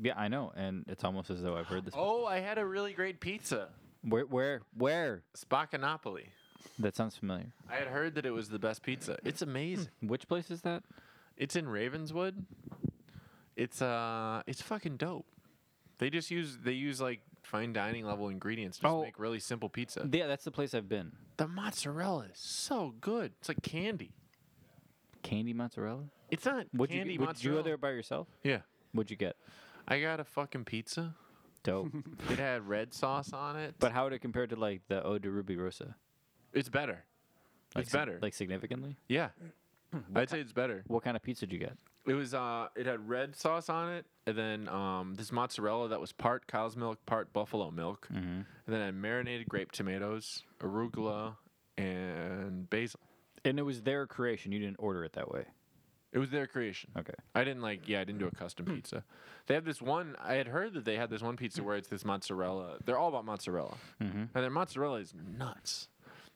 A: yeah, I know, and it's almost as though I've heard this.
C: Oh, I had a really great pizza.
A: Where, where, where?
C: Spacanopoli.
A: That sounds familiar.
C: I had heard that it was the best pizza. It's amazing.
A: Which place is that?
C: It's in Ravenswood. It's uh it's fucking dope. They just use they use like fine dining level ingredients to just
A: Oh.
C: make really simple pizza.
A: Yeah, that's the place I've been.
C: the mozzarella is so good. It's like candy.
A: Candy mozzarella.
C: It's not
A: Would
C: candy
A: you would you
C: mozzarella.
A: go there by yourself?
C: yeah.
A: What'd you get?
C: I got a fucking pizza. [LAUGHS]
A: Dope.
C: It had red sauce on it.
A: But how would it compare to like the Eau de Ruby Rosa?
C: it's better.
A: Like,
C: it's
A: sig-
C: better.
A: Like significantly? [CLEARS THROAT]
C: yeah. I'd say it's better.
A: What kind of pizza did you get?
C: It was uh it had red sauce on it and then um this mozzarella that was part cow's milk, part buffalo milk.
A: Mm-hmm.
C: And then I had marinated grape tomatoes, arugula, and basil.
A: And it was their creation. You didn't order it that way.
C: It was their creation.
A: Okay. Hmm.
C: I didn't like yeah, I didn't do a custom pizza. They have this one I had heard that they had this one pizza where it's this mozzarella. They're all about mozzarella.
A: Mm-hmm.
C: And their mozzarella is nuts.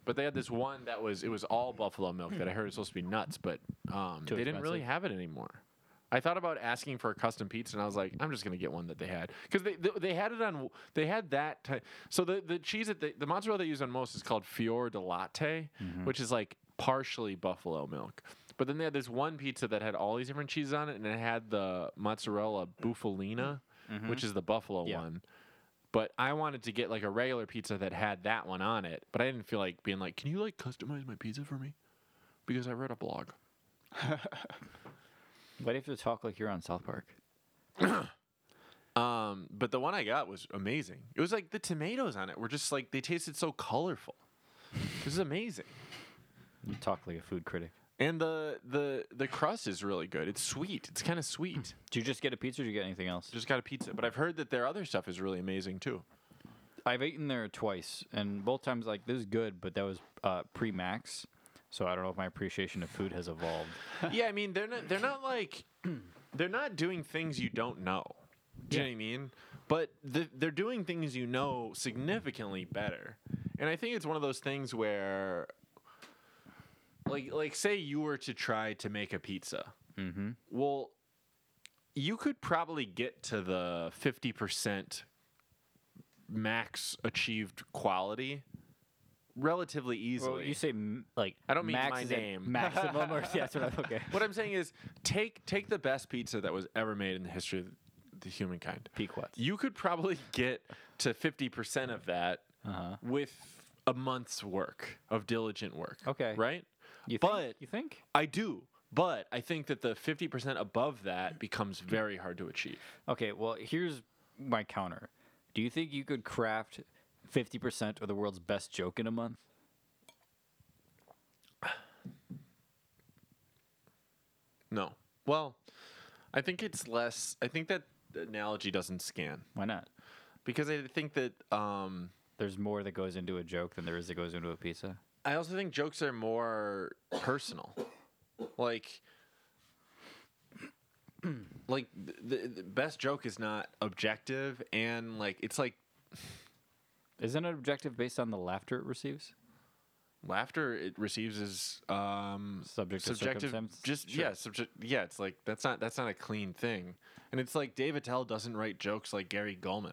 C: But they had this one that was it was all buffalo milk that I heard was supposed to be nuts, but um, they
A: Too
C: didn't really
A: expensive?
C: have it anymore. I thought about asking for a custom pizza, and I was like, I'm just gonna get one that they had because they, they they had it on they had that type. So the the cheese that they, the mozzarella they use on most is called Fior de Latte, which is like partially buffalo milk. But then they had this one pizza that had all these different cheeses on it, and it had the mozzarella bufalina, which is the buffalo
A: Yeah.
C: one. But I wanted to get like a regular pizza that had that one on it, but I didn't feel like being like, can you like customize my pizza for me? Because I read a blog.
A: Why do you have to talk like you're on South Park?
C: Um, but the one I got was amazing. It was like the tomatoes on it were just like they tasted so colorful. This is amazing.
A: You talk like a food critic.
C: And the the the crust is really good. It's sweet. It's kind of sweet.
A: Did you just get a pizza or did you get anything else?
C: Just got a pizza, but I've heard that their other stuff is really amazing too.
A: I've eaten there twice, and both times, like, this is good, but that was uh, pre max. So I don't know if my appreciation of food
C: [LAUGHS]
A: has evolved.
C: yeah, I [CLEARS THROAT] mean they're not they're not like they're not doing things you don't know. Do you know what I mean? but th- they're doing things you know significantly better. And I think it's one of those things where, like, like say you were to try to make a pizza.
A: Mm-hmm.
C: Well, you could probably get to the 50% max achieved quality relatively easily.
A: Well, you say m- like
C: I don't mean
A: max
C: my
A: is at
C: name. [LAUGHS]
A: maximum or [LAUGHS] yeah, that's what I'm okay.
C: what I'm saying is take take the best pizza that was ever made in the history of the humankind.
A: Pequots.
C: You could probably [LAUGHS] get to 50% of that
A: Uh-huh.
C: with a month's work of diligent work.
A: Okay.
C: Right?
A: You think,
C: but
A: you think?
C: I do. But I think that the 50% above that becomes very hard to achieve.
A: Okay, well, here's my counter. Do you think you could craft 50% of the world's best joke in a month?
C: No. Well, I think it's less. I think that analogy doesn't scan
A: Why not?
C: because I think that um,
A: There's more that goes into a joke than there is that goes into a pizza.
C: I also think jokes are more personal. Like, [CLEARS THROAT] like th- the, the best joke is not objective, and like it's like
A: Isn't it objective based on the laughter it receives?
C: laughter it receives is um,
A: Subject to circumstance?
C: Just yeah, subject. Yeah, it's like that's not that's not a clean thing, and it's like Dave Attell doesn't write jokes like Gary Gulman.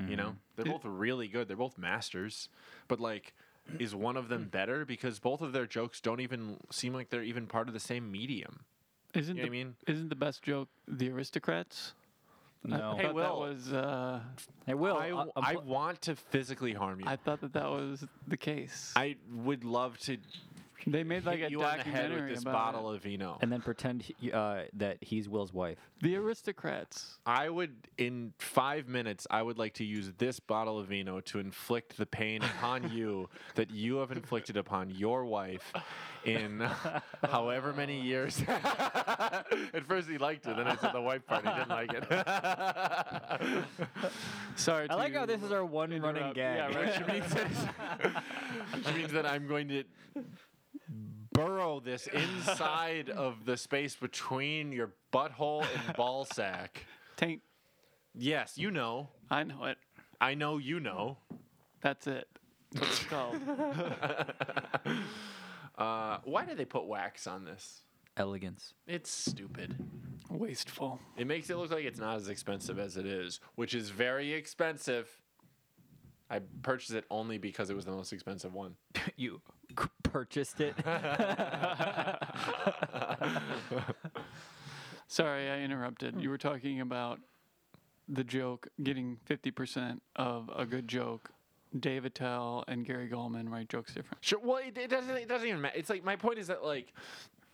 C: You
A: Mm-hmm.
C: know, they're both really good. They're both masters, but like. Is one of
A: Mm.
C: them better because both of their jokes don't even seem like they're even part of the same medium?
D: Isn't
C: You know
D: the,
C: what I mean?
D: Isn't the best joke the aristocrats?
A: No.
D: I
C: Hey,
D: thought
C: Will.
D: that was. Uh,
A: Hey, Will,
C: I,
A: uh,
C: I
A: unpl-
C: want to physically harm you.
D: I
C: I,
D: thought that that was the case.
C: would love to
D: they made like
C: hit
D: a
C: you on the head
D: documentary
C: with this
D: about
C: bottle
D: it.
C: of vino.
A: and then pretend he- uh, that he's Will's wife.
D: the aristocrats.
C: I would, in five minutes, I would like to use this bottle of vino to inflict the pain
A: [LAUGHS]
C: upon you that you have inflicted upon your wife
A: [LAUGHS]
C: in however many years. [LAUGHS] At first he liked it, then I said the wife part. He didn't like it.
A: [LAUGHS]
D: Sorry.
A: I like how
D: to
A: this is our one running
D: interrupt.
A: gag.
D: Yeah, right.
C: Which means, which means that I'm going to burrow this inside of the space between your butthole and ball sack.
D: taint.
C: Yes, you know.
D: I know it.
C: I know you know.
D: That's it. That's what it's called.
A: [LAUGHS]
C: Uh, why do they put wax on this?
A: [LAUGHS] Elegance.
C: It's stupid.
D: Wasteful.
C: It makes it look like it's not as expensive as it is, which is very expensive. I purchased it only because it was the most expensive one.
A: you c-
C: [LAUGHS]
A: purchased it.
D: Sorry, I
C: Hmm.
D: interrupted. You were talking about the joke getting 50% of a good joke. Dave Attell and Gary Goldman write jokes different.
C: Sure. Well, it, it doesn't. It doesn't even matter. It's like my point is that like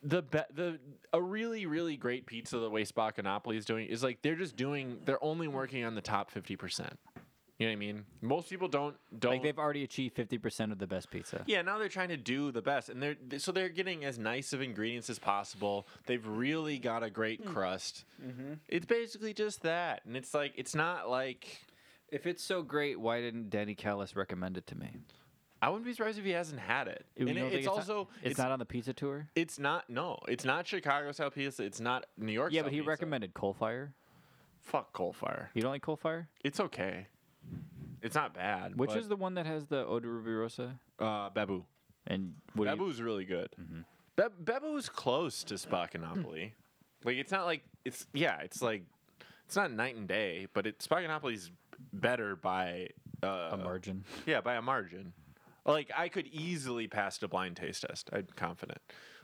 C: the be- the a really really great pizza that Waste Baconopoly is doing is like they're just doing. They're only working on the top fifty percent. You know what I mean? Most people don't don't.
A: like they've already achieved 50% of the best pizza.
C: yeah, now they're trying to do the best, and they're th- so they're getting as nice of ingredients as possible. They've really got a great crust. It's basically just that, and it's like it's not like
A: If it's so great, why didn't Danny Callis recommend it to me?
C: I wouldn't be surprised if he hasn't had it.
A: You
C: and
A: don't
C: it,
A: think
C: it's, also
A: not, it's, not on the pizza tour.
C: It's not no. It's not Chicago style pizza. It's not New York.
A: Yeah,
C: style
A: but he
C: pizza.
A: recommended coal fire.
C: Fuck coal fire.
A: You don't like coal fire?
C: It's okay. It's not bad.
A: Which
C: but,
A: is the one that has the Oda Rubirosa?
C: uh, Babu?
A: And what do you- Mm-hmm.
C: Babu's really good. Bab- Babu's close to
A: Hmm.
C: Spakinopoly. like it's not like it's yeah. It's like it's not night and day, but it Spakinopoly's better by uh,
A: a margin. [LAUGHS]
C: Yeah, by a margin. Like I could easily pass a blind taste test. I'm confident.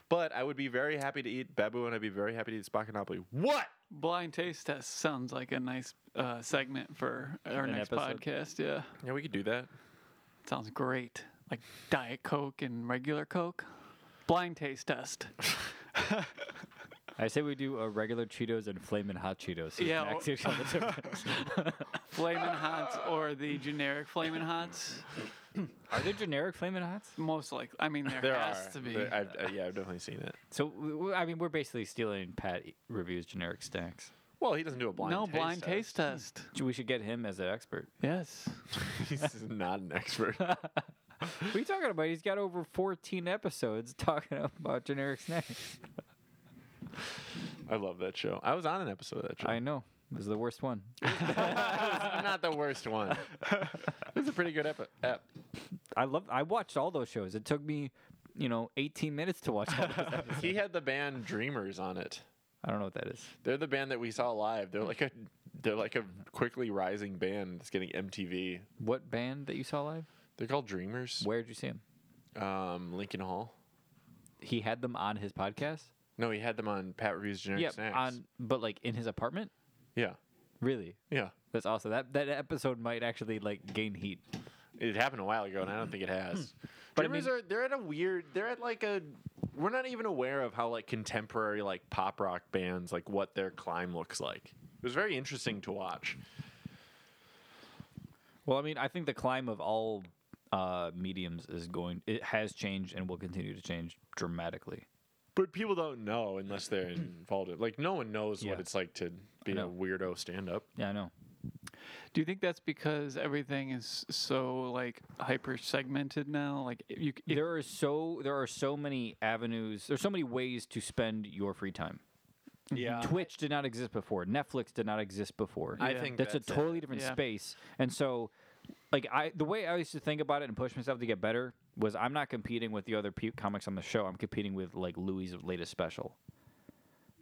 C: But I would be very happy to eat Babu, and I'd be very happy to eat Spakinopoly. What?
D: Blind taste test sounds like a nice uh, segment for our
A: An
D: next
A: episode.
D: podcast. Yeah.
C: Yeah, we could do that.
D: Sounds great. Like Diet Coke and regular Coke. Blind taste test.
A: I say we do a regular Cheetos and Flamin' Hot Cheetos. so we
D: Yeah,
A: can [LAUGHS]
D: or-
A: actually tell the difference.
D: Flamin' Hots or the generic Flamin' Hots?
A: Are there generic Flamin' Hots?
D: Most likely. I mean, there,
C: There
D: has
C: are.
D: to be.
C: There- I've, uh, yeah, I've definitely seen it.
A: So w- w- I mean, we're basically stealing Pat E, reviews generic snacks.
C: Well, he doesn't do a blind.
D: no
C: taste
D: blind
C: test.
D: taste test.
A: We should get him as an [LAUGHS] expert.
D: Yes.
C: [LAUGHS] He's not an
D: [LAUGHS]
C: expert.
A: What are you talking about? He's got over 14 episodes [LAUGHS] talking about generic snacks.
C: I love that show. I was on an episode of that show.
A: I know. This is the worst one.
C: [LAUGHS] Not the worst one. It's a pretty good epi- ep.
A: I love. I watched all those shows. It took me, you know, 18 minutes to watch all those. [LAUGHS] episodes.
C: He had the band Dreamers on it.
A: I don't know what that is.
C: They're the band that we saw live. They're like a they're like a quickly rising band that's getting MTV.
A: What band that you saw live?
C: They're called Dreamers.
A: Where did you see him?
C: Um, Lincoln Hall.
A: He had them on his podcast.
C: No, he had them on Pat Reviews Generic
A: Yeah,
C: Snacks.
A: on but like in his apartment.
C: yeah,
A: Really,
C: yeah.
A: that's awesome. That that episode might actually like gain heat.
C: It happened a while ago, and I don't think it has.
A: But I
C: Dreamers
A: mean-
C: Hmm. are they're at a weird. They're at like a. We're not even aware of how like contemporary like pop rock bands like what their climb looks like. It was very interesting to watch.
A: Well, I mean, I think the climb of all uh, mediums is going. It has changed and will continue to change dramatically.
C: But people don't know unless [CLEARS THROAT] they're involved. In, like no one knows
A: Yeah.
C: what it's like to be a
A: know.
C: weirdo stand up.
A: Yeah, I know.
D: Do you think that's because everything is so like hyper segmented now? Like if you, if,
A: there are so there are so many avenues. There's so many ways to spend your free time.
C: Yeah.
A: Twitch did not exist before. Netflix did not exist before.
C: I Yeah. think
A: that's,
C: that's
A: a
C: it.
A: totally different
D: Yeah.
A: space. And so, like I, the way I used to think about it and push myself to get better was I'm not competing with the other pe- comics on the show. I'm competing with like Louis' latest special.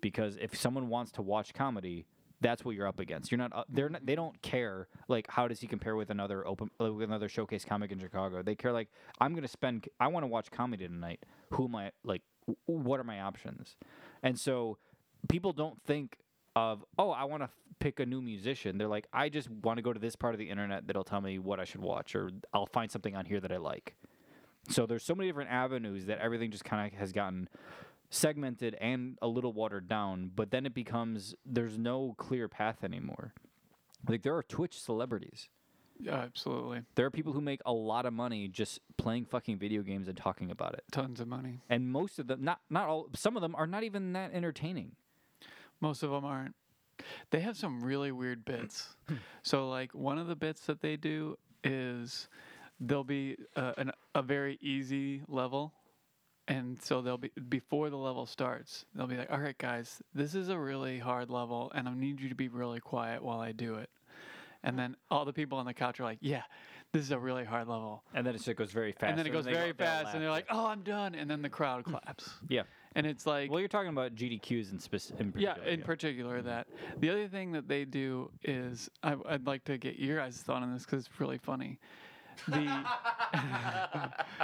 A: Because if someone wants to watch comedy, that's what you're up against. You're not. Uh, they're not. They don't care. Like, how does he compare with another open, like, with another showcase comic in Chicago? They care. Like, I'm gonna spend. I want to watch comedy tonight. Who am I? Like, w- what are my options? And so, people don't think of oh i want to f- pick a new musician they're like i just want to go to this part of the internet that'll tell me what i should watch or i'll find something on here that i like so there's so many different avenues that everything just kind of has gotten segmented and a little watered down but then it becomes there's no clear path anymore like there are twitch celebrities
D: yeah, absolutely
A: there are people who make a lot of money just playing fucking video games and talking about it
D: tons of money.
A: and most of them not not all some of them are not even that entertaining
D: Most of them aren't. They have some really weird bits. so, like, one of the bits that they do is there'll be a, an, a very easy level. And so they'll be, before the level starts, they'll be like, all right, guys, this is a really hard level, and I need you to be really quiet while I do it. And then all the people on the couch are like, yeah, this is a really hard level.
A: and then it just goes very fast
D: and then it goes
A: they-
D: very
A: they all
D: fast, and they're
A: laugh.
D: like, oh, I'm done. And then the crowd claps.
A: Hmm. yeah
D: And it's like,
A: Well, you're talking about GDQs in specific. In
D: Yeah,
A: particular,
D: in particular that. The other thing that they do is I, I'd like to get your guys' thought on this because it's really funny.
A: [LAUGHS]
D: The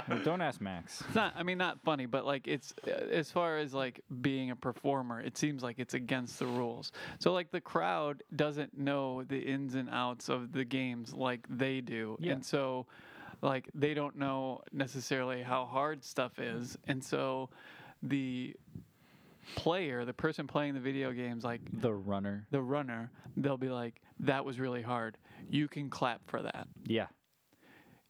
A: Well, [LAUGHS] don't ask Max.
D: it's not, I mean, not funny, but like it's uh, as far as like being a performer, it seems like it's against the rules. So like the crowd doesn't know the ins and outs of the games like they do,
A: Yeah.
D: and so like they don't know necessarily how hard stuff is, and so the player, the person playing the video games, like
A: The runner.
D: the runner, they'll be like, that was really hard. You can clap for that.
A: Yeah.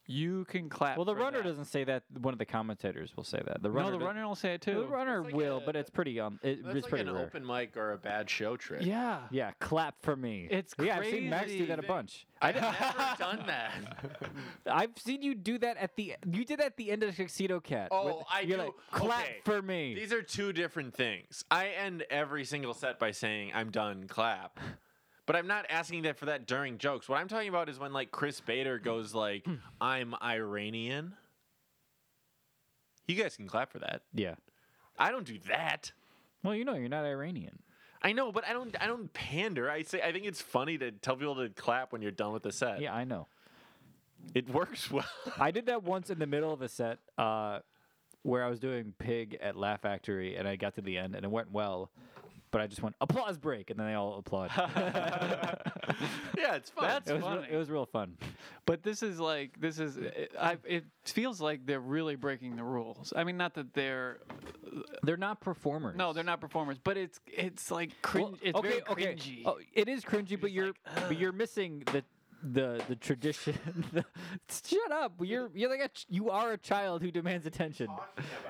D: You can clap.
A: Well, the
D: for
A: runner
D: that.
A: doesn't say that. One of the commentators will say that. The runner.
D: No, the
A: does-
D: runner will say it
A: the
D: too.
A: runner
C: That's like
A: will,
C: a-
A: but it's pretty um. it-
C: That's
A: it's
C: like
A: pretty
C: an
A: rare.
C: open mic or a bad show trick.
D: Yeah.
A: Yeah, clap for me.
D: It's
A: Yeah, I've seen Max do
D: crazy.
A: that a bunch.
C: I've never done [LAUGHS] that.
A: I've seen you do that at the. You did that at the end of Tuxedo Cat.
C: Oh,
A: with-
C: I
A: you're
C: do.
A: Like, clap
C: Okay.
A: for me.
C: These are two different things. I end every single set by saying, I'm done, clap. But I'm not asking that for that during jokes. What I'm talking about is when like Chris Bader goes like, I'm Iranian. You guys can clap for that.
A: yeah.
C: I don't do that.
A: Well, you know, you're not Iranian.
C: I know, but I don't I don't pander. I say I think it's funny to tell people to clap when you're done with the set.
A: Yeah, I know.
C: It works well.
A: I did that once in the middle of a set uh, where I was doing Pig at Laugh Factory, and I got to the end, and it went well. But I just went applause break, and then they all
D: [LAUGHS]
A: applaud. [LAUGHS]
C: yeah, it's fun.
A: it was real,
D: funny.
A: it was real fun.
D: But this is like this is it- I, it feels like they're really breaking the rules. I mean, not that they're
A: They're not performers.
D: no, they're not performers, but it's it's like cringe.
A: Well,
D: it's very cringy.
A: Oh, it is cringy, but you're but you're missing the the the tradition. [LAUGHS] the- shut up! You're you're like a ch- you are a child who demands attention.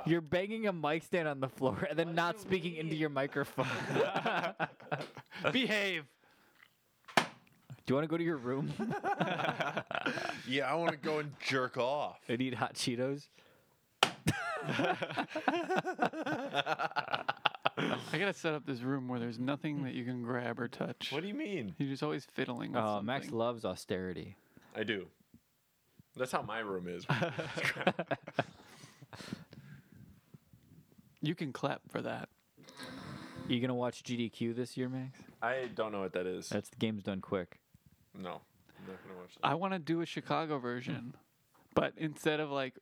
A: You're banging a mic stand on the floor and then not speaking into your microphone. [LAUGHS]
D: Behave.
A: Do you want to go to your
D: [LAUGHS]
A: room
C: yeah, I want to go and jerk off.
A: and eat hot Cheetos?
D: I gotta set up this room where there's nothing that you can grab or touch.
C: What do you mean?
D: You're just always fiddling with
A: Uh,
D: something.
A: Max loves austerity.
C: I do. That's how my room is.
D: you can clap for that.
A: You gonna watch GDQ this year, Max?
C: I don't know what that is.
A: That's the game's done quick.
C: No, I'm not gonna watch that.
D: I want to do a Chicago version, but instead of like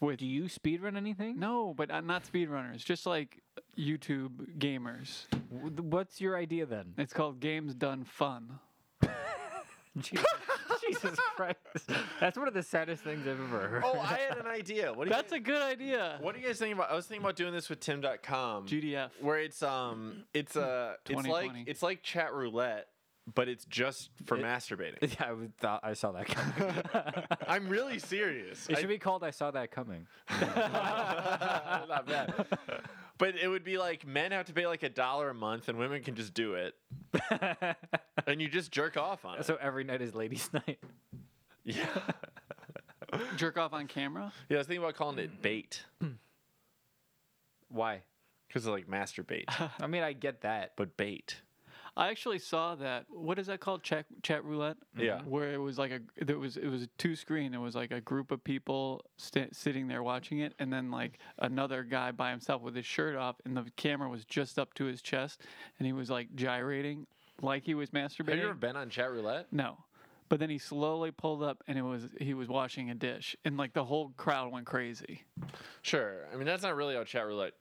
D: with
A: Do you speedrun anything?
D: no, but uh, not speedrunners, just like YouTube gamers.
A: W- th- What's your idea then?
D: It's called Games Done Fun.
A: Jesus, [LAUGHS] Jesus Christ, that's one of the saddest things I've ever heard. [LAUGHS]
C: Oh, I had an idea. What do
D: That's a
C: you,
D: good idea.
C: What do you guys think about? I was thinking about doing this with Tim.com.
D: GDF.
C: where it's um, it's uh, it's like
D: 2020.
C: it's like chat roulette, but it's just for masturbating.
A: Yeah, I was- thought I saw that coming. [LAUGHS]
C: I'm really serious.
A: It
C: I-
A: should be called "I Saw That Coming." [LAUGHS]
C: [LAUGHS] Not bad. But it would be like men have to pay like a dollar a month, and women can just do it, and you just jerk off on it.
A: so every night is ladies' [LAUGHS] night.
C: yeah,
D: Jerk off on camera?
C: yeah. I was thinking about calling it bait
A: Why?
C: because of like masturbate,
A: [LAUGHS] I mean, I get that.
C: but bait.
D: I actually saw that. What is that called? Chat chat roulette.
C: Yeah.
D: Where it was like a there was it was two screen. It was like a group of people sta sitting there watching it, and then like another guy by himself with his shirt off, and the camera was just up to his chest, and he was like gyrating, like he was masturbating.
C: Have you ever been on chat roulette?
D: no. But then he slowly pulled up, and it was he was washing a dish, and like the whole crowd went crazy.
C: Sure. I mean, that's not really how chat roulette.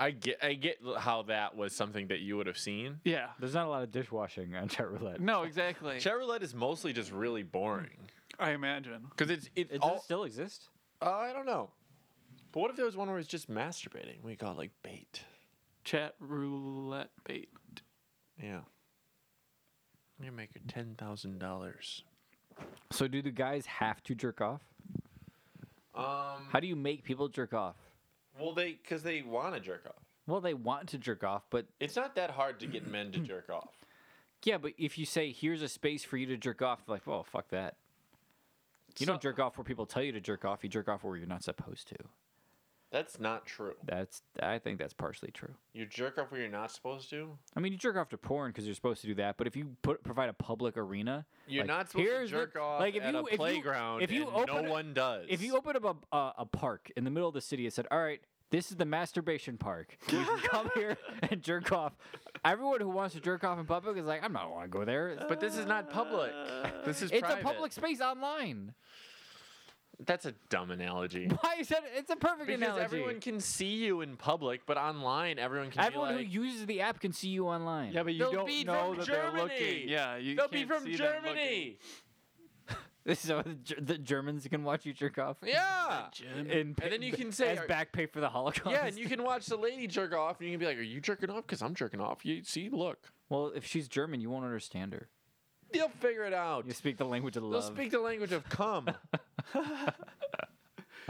C: I get, I get how that was something that you would have seen.
D: Yeah.
A: There's not a lot of dishwashing on chat roulette.
D: No, exactly.
C: Chat roulette is mostly just really boring
D: I imagine.
C: because it's it.
A: It does
C: all,
A: it still exist?
C: uh, I don't know. But what if there was one where it's just masturbating? We call it like bait.
D: Chat roulette bait.
C: Yeah. I'm gonna make it ten thousand dollars.
A: So do the guys have to jerk off?
C: Um.
A: How do you make people jerk off?
C: Well, they because they want to jerk off.
A: Well, they want to jerk off, but
C: It's not that hard to get men
A: [CLEARS THROAT]
C: to jerk off.
A: yeah, but if you say here's a space for you to jerk off, they're like, well, fuck that. You
D: So-
A: don't jerk off where people tell you to jerk off. You jerk off where you're not supposed to.
C: That's not true.
A: That's I think that's partially true.
C: You jerk off where you're not supposed to.
A: I mean, you jerk off to porn because you're supposed to do that. But if you put provide a public arena,
C: You're
A: like,
C: not supposed to
A: here's the-
C: jerk off
A: like, if
C: at
A: you-
C: a
A: if you-
C: playground.
A: if you
C: and
A: open
C: no
A: it-
C: one does.
A: If you open up a, a, a park in the middle of the city and said, "All right, this is the masturbation park. You
C: [LAUGHS]
A: can come here and jerk off." Everyone who wants to jerk off in public is like, "I'm not want to go there." It's-
C: But this is not public. This is
A: it's
C: private.
A: a public space online.
C: That's a dumb analogy.
A: [LAUGHS] Why is that? It's a
C: [LAUGHS]
A: perfect
C: Because
A: analogy.
C: everyone can see you in public, but online everyone can.
A: Everyone
C: be
A: who
C: like,
A: uses the app can see you online.
D: Yeah, but you
C: They'll
D: don't
C: be
D: know
C: from
D: that they're
C: Germany.
D: looking. Yeah, you
C: They'll be
D: can't
C: from
D: see them looking.
C: Germany.
A: [LAUGHS] so the, Ger- the Germans can watch you jerk off. [LAUGHS]
C: Yeah.
A: And,
C: And then you can say,
A: as
C: are-
A: back pay for the Holocaust.
C: Yeah, and you can watch the lady jerk off, and you can be like, "Are you jerking off? Because I'm jerking off. You see, look,
A: [LAUGHS] Well, if she's German, you won't understand her.
C: they'll figure it out.
A: You speak the language of
C: They'll
A: love.
C: speak the language of cum.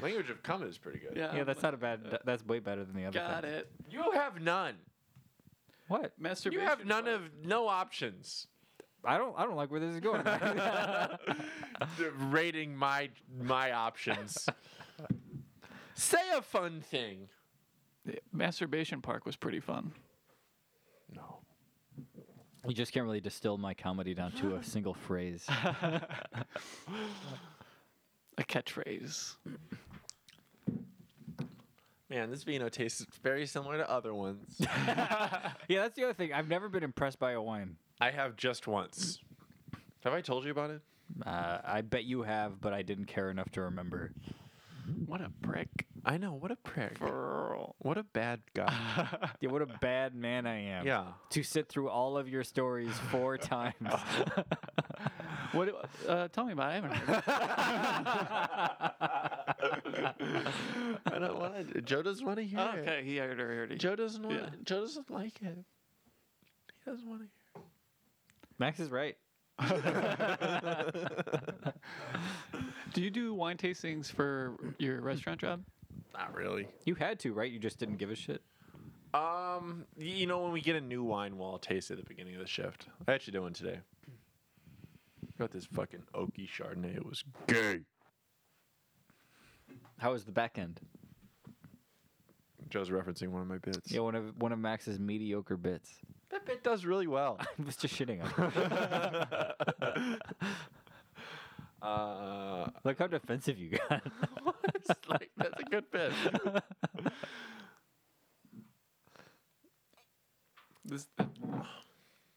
C: language of cum is pretty good.
D: Yeah,
A: [LAUGHS] yeah, that's not a bad.
C: [LAUGHS]
A: th- That's way better than the other.
D: Got
A: thing.
D: it.
C: You have none.
A: What?
D: Masturbation.
C: You have none of no options.
A: I don't. I don't like where this is going.
C: [LAUGHS] rating my my options. Say a fun thing.
D: The masturbation park was pretty fun.
C: No.
A: [LAUGHS] you just can't really distill my comedy down
C: [LAUGHS]
A: to a single phrase.
D: A catchphrase.
C: Man, this vino tastes very similar to other [LAUGHS] ones.
A: yeah, that's the other thing. I've never been impressed by a wine.
C: I have just once. Have I told you about it?
A: Uh, I bet you have, but I didn't care enough to remember.
D: What a prick.
C: I know. What a prick.
D: Girl.
C: What a bad [LAUGHS] guy.
A: Yeah, what a bad man I am.
C: Yeah.
A: To sit through all of your stories four times. [LAUGHS]
D: What? Uh, tell me about it. I haven't heard.
C: [LAUGHS] I don't want to. Joe doesn't want to hear
D: it. okay, he heard her already.
C: Joe doesn't want.
D: Yeah.
C: Joe doesn't like it. He doesn't want to.
A: Max is right.
D: Do you do wine tastings for your restaurant job?
C: Not really.
A: You had to, right? You just didn't give a shit.
C: Um, y- you know when we get a new wine, we'll all taste it at the beginning of the shift. I actually did one today. Got this fucking oaky Chardonnay. It was gay.
A: How was the back end?
C: Joe's referencing one of my bits.
A: Yeah, one of one of Max's mediocre bits. [LAUGHS]
C: That bit does really well. [LAUGHS]
A: I was just shitting on. it.
C: uh,
A: Look how defensive you [LAUGHS] got.
C: it's like that's a good bit.
D: This,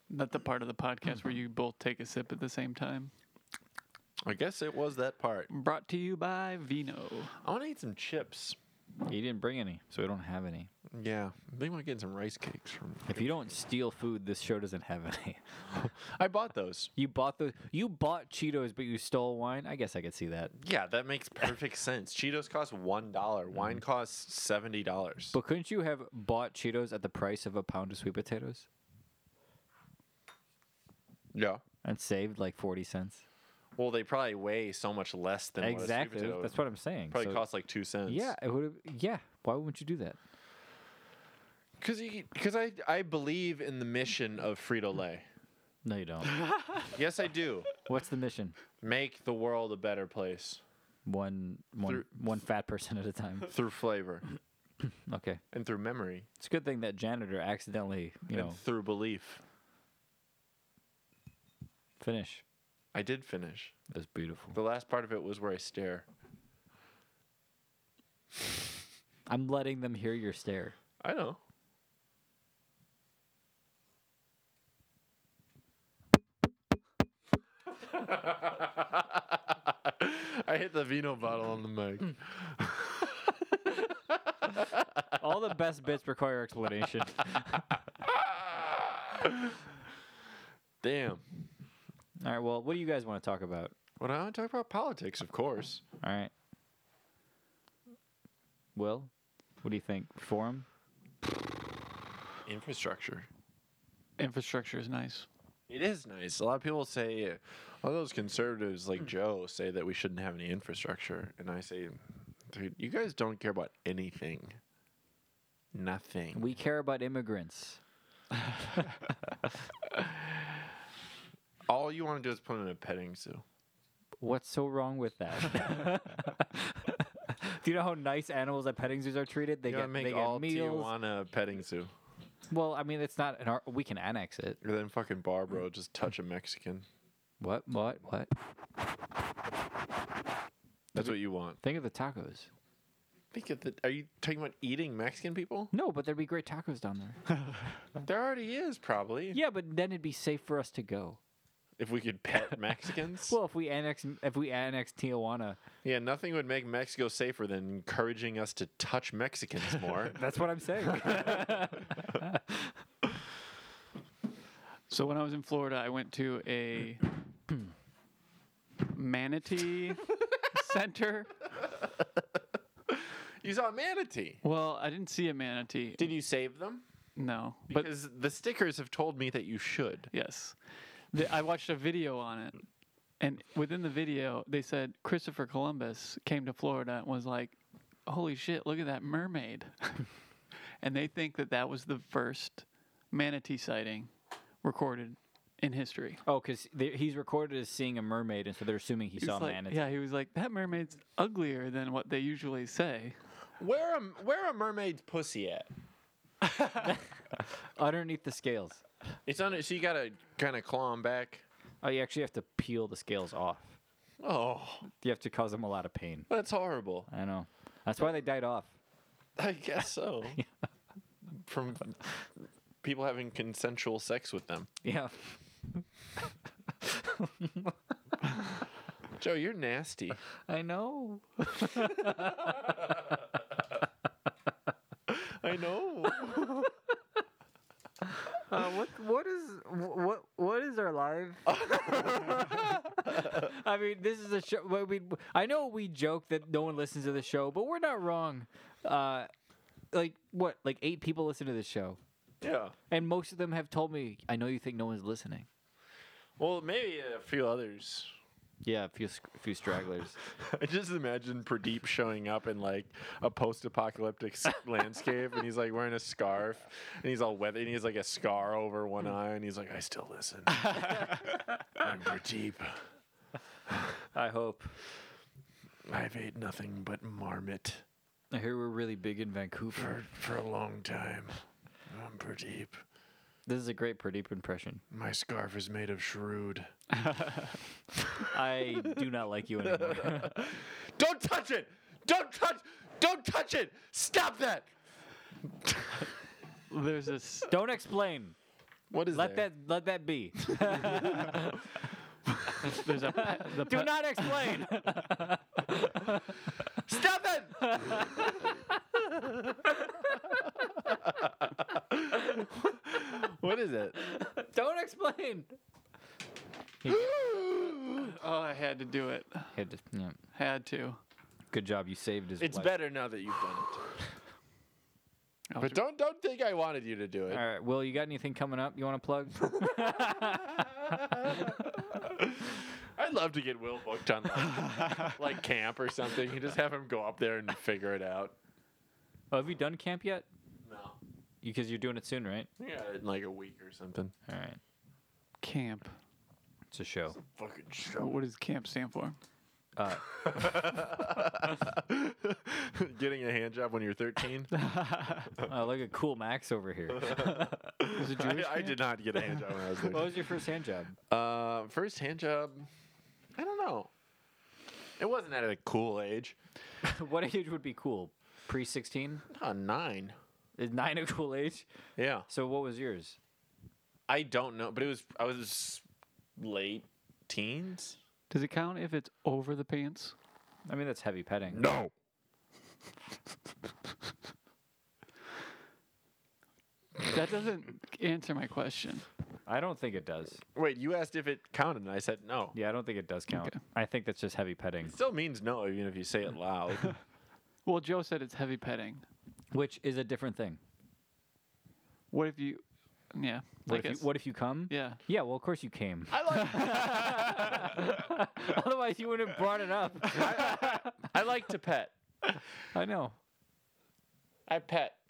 D: not the part of the podcast where you both take a sip at the same time.
C: I guess it was that part.
D: Brought to you by Vino.
C: I want to eat some chips.
A: you didn't bring any, so we don't have any.
C: Yeah, I think I'm getting some rice cakes from.
A: If you don't steal food, this show doesn't have any. [LAUGHS]
C: I bought those.
A: You bought the you bought Cheetos, but you stole wine. I guess I could see that.
C: Yeah, that makes
A: [COUGHS]
C: perfect sense. Cheetos cost one dollar. Wine costs seventy dollars.
A: Mm-hmm. But couldn't you have bought Cheetos at the price of a pound of sweet potatoes
C: Yeah.
A: and saved like forty cents?
C: Well, they probably weigh so much less than
A: exactly.
C: What a sweet potato
A: That's what I'm saying.
C: probably
A: So-
C: costs like two cents.
A: Yeah, it would. Yeah, why wouldn't you do that?
C: because because I I believe in the mission of Frito Lay.
A: No, you don't.
C: yes, I do.
A: [LAUGHS] What's the mission?
C: Make the world a better place
A: One, one,
C: Through-
A: one fat person at a time.
C: through flavor
A: Okay,
C: and through memory
A: it's a good thing that janitor accidentally, you know,
C: and through belief.
A: finish.
C: I did finish.
A: That's beautiful.
C: The last part of it was where I stare.
A: I'm letting them hear your stare.
C: I know. [LAUGHS] I hit the vino bottle on the mic.
A: All the best bits require explanation.
C: Damn.
A: All right. Well, what do you guys want to talk about?
C: Well, I want to talk about politics, of course.
A: All right. Will, what do you think? Forum?
C: Infrastructure.
D: Infrastructure is nice.
C: It is nice. A lot of people say, all those conservatives
A: Mm.
C: like Joe say that we shouldn't have any infrastructure. And I say, dude, you guys don't care about anything. Nothing.
A: We care about immigrants.
C: all you want to do is put in a petting zoo.
A: What's so wrong with
C: [LAUGHS]
A: that? do you know how nice animals at petting zoos are treated? They
C: You gotta
A: get
C: make
A: they
C: all
A: get meals.
C: Tijuana a petting zoo.
A: Well, I mean, it's not an ar- we can annex it.
C: Or then fucking Barbro just touch a Mexican.
A: What? What? What?
C: That's what you want.
A: Think of the tacos.
C: Think of the. Are you talking about eating Mexican people?
A: No, but there'd be great tacos down
C: [LAUGHS]
A: there.
C: There already is probably.
A: Mm. yeah, but then it'd be safe for us to go.
C: If we could
A: [LAUGHS]
C: pet Mexicans.
A: Well, if we annex if we annex Tijuana,
C: yeah, nothing would make Mexico safer than encouraging us to touch Mexicans
A: [LAUGHS]
C: more.
A: that's what I'm saying.
C: [LAUGHS]
D: So when I was in Florida, I went to a manatee center.
C: you saw a manatee.
D: Well, I didn't see a manatee.
C: Did you save them?
D: no, but
C: Because the stickers have told me that you should.
D: yes, the, I watched a video on it, and within the video, they said Christopher Columbus came to Florida and was like, "Holy shit, look at that mermaid," [LAUGHS] and they think that that was the first manatee sighting recorded in history.
A: oh, because he's recorded as seeing a mermaid, and so they're assuming he
D: He
A: saw
D: was
A: a
D: like,
A: manatee.
D: Yeah, he was like, that mermaid's uglier than what they usually say.
C: Where a where a mermaid's pussy at?
A: underneath the scales.
C: It's under. So you gotta kind of claw 'em back.
A: Oh, you actually have to peel the scales off.
C: Oh,
A: You have to cause them a lot of pain.
C: that's horrible.
A: I know. That's why they died off.
C: I guess so. [LAUGHS] From people having consensual sex with them.
A: Yeah.
C: Joe, you're nasty.
A: I know.
C: I know.
A: Uh, what what is what what is our [LAUGHS] life? I mean, this is a show. well, We I know we joke that no one listens to the show, but we're not wrong. Uh, like what? Like eight people listen to this show,
C: [LAUGHS] yeah.
A: and most of them have told me, "I know you think no one's listening."
C: Well, maybe a few others.
A: Yeah, a few a few stragglers.
C: I just imagine Pradeep showing up in like a post-apocalyptic [LAUGHS] s- landscape, and he's like wearing a scarf, and he's all weathered, and he's like a scar over one eye, and he's like, "I still [LAUGHS] listen." I'm Pradeep.
A: [LAUGHS] I hope.
C: I've ate nothing but marmot.
A: I hear we're really big in Vancouver.
C: for a long time. I'm Pradeep.
A: This is a great Pradeep impression.
C: My scarf is made of shrewd.
A: I do not like you anymore.
C: Don't touch it! Don't touch! Don't touch it! Stop that!
D: There's this.
A: [LAUGHS] Don't explain.
F: What is
A: Let
F: there?
A: that let that be.
D: There's a.
A: [LAUGHS]
D: pe- The
A: Do
D: pe-
A: not explain.
C: Stop it!
F: What is it?
A: Don't explain.
D: Oh, I had to do it.
A: Had to, yeah.
D: Had to.
A: Good job. You saved his
F: It's
A: life.
F: better now that you've done it.
D: Oh,
F: but don't don't think I wanted you to do it.
A: All right. Will, you got anything coming up you want to [LAUGHS] plug?
F: [LAUGHS] I'd love to get Will booked on
C: [LAUGHS]
F: like, like camp or something. You just have him go up there and figure it out.
A: oh, have you done camp yet?
C: No.
A: Because you're doing it soon, right?
C: Yeah, in like a week or something.
A: All right.
D: Camp.
A: It's a [LAUGHS] show.
F: Fucking
D: Wh- What does camp stand for?
A: Uh,
C: [LAUGHS] Getting a hand job when you're 13?
A: oh, look at Cool Max over [LAUGHS] here.
D: Is it
C: I,
D: Jewish?
C: I did not get a hand job when I was
A: what [LAUGHS]
C: 13.
A: was your first hand job?
C: Uh, first hand job, I don't know. It wasn't at a cool age.
A: what age would be cool? Pre 16?
C: Uh, nine.
A: Is nine a cool age?
C: Yeah.
A: So what was yours?
C: I don't know, but it was, I was late teens.
D: Does it count if it's over the pants?
A: I mean, that's heavy petting.
F: No.
A: [LAUGHS]
D: That doesn't answer my question.
A: I don't think it does.
C: Wait, you asked if it counted, and I said no.
A: Yeah, I don't think it does count.
D: Okay.
A: I think that's just heavy petting,
C: Still means no, even if you say it loud.
D: Well, Joe said it's heavy petting.
A: which is a different thing.
D: What if you? Yeah. I
A: What, if you,
D: guess.
A: what if you come?
D: Yeah.
A: Yeah, well, of course you came.
C: I like
A: [LAUGHS] Otherwise, you wouldn't have brought it up.
F: I like to pet.
A: I know.
F: I pet.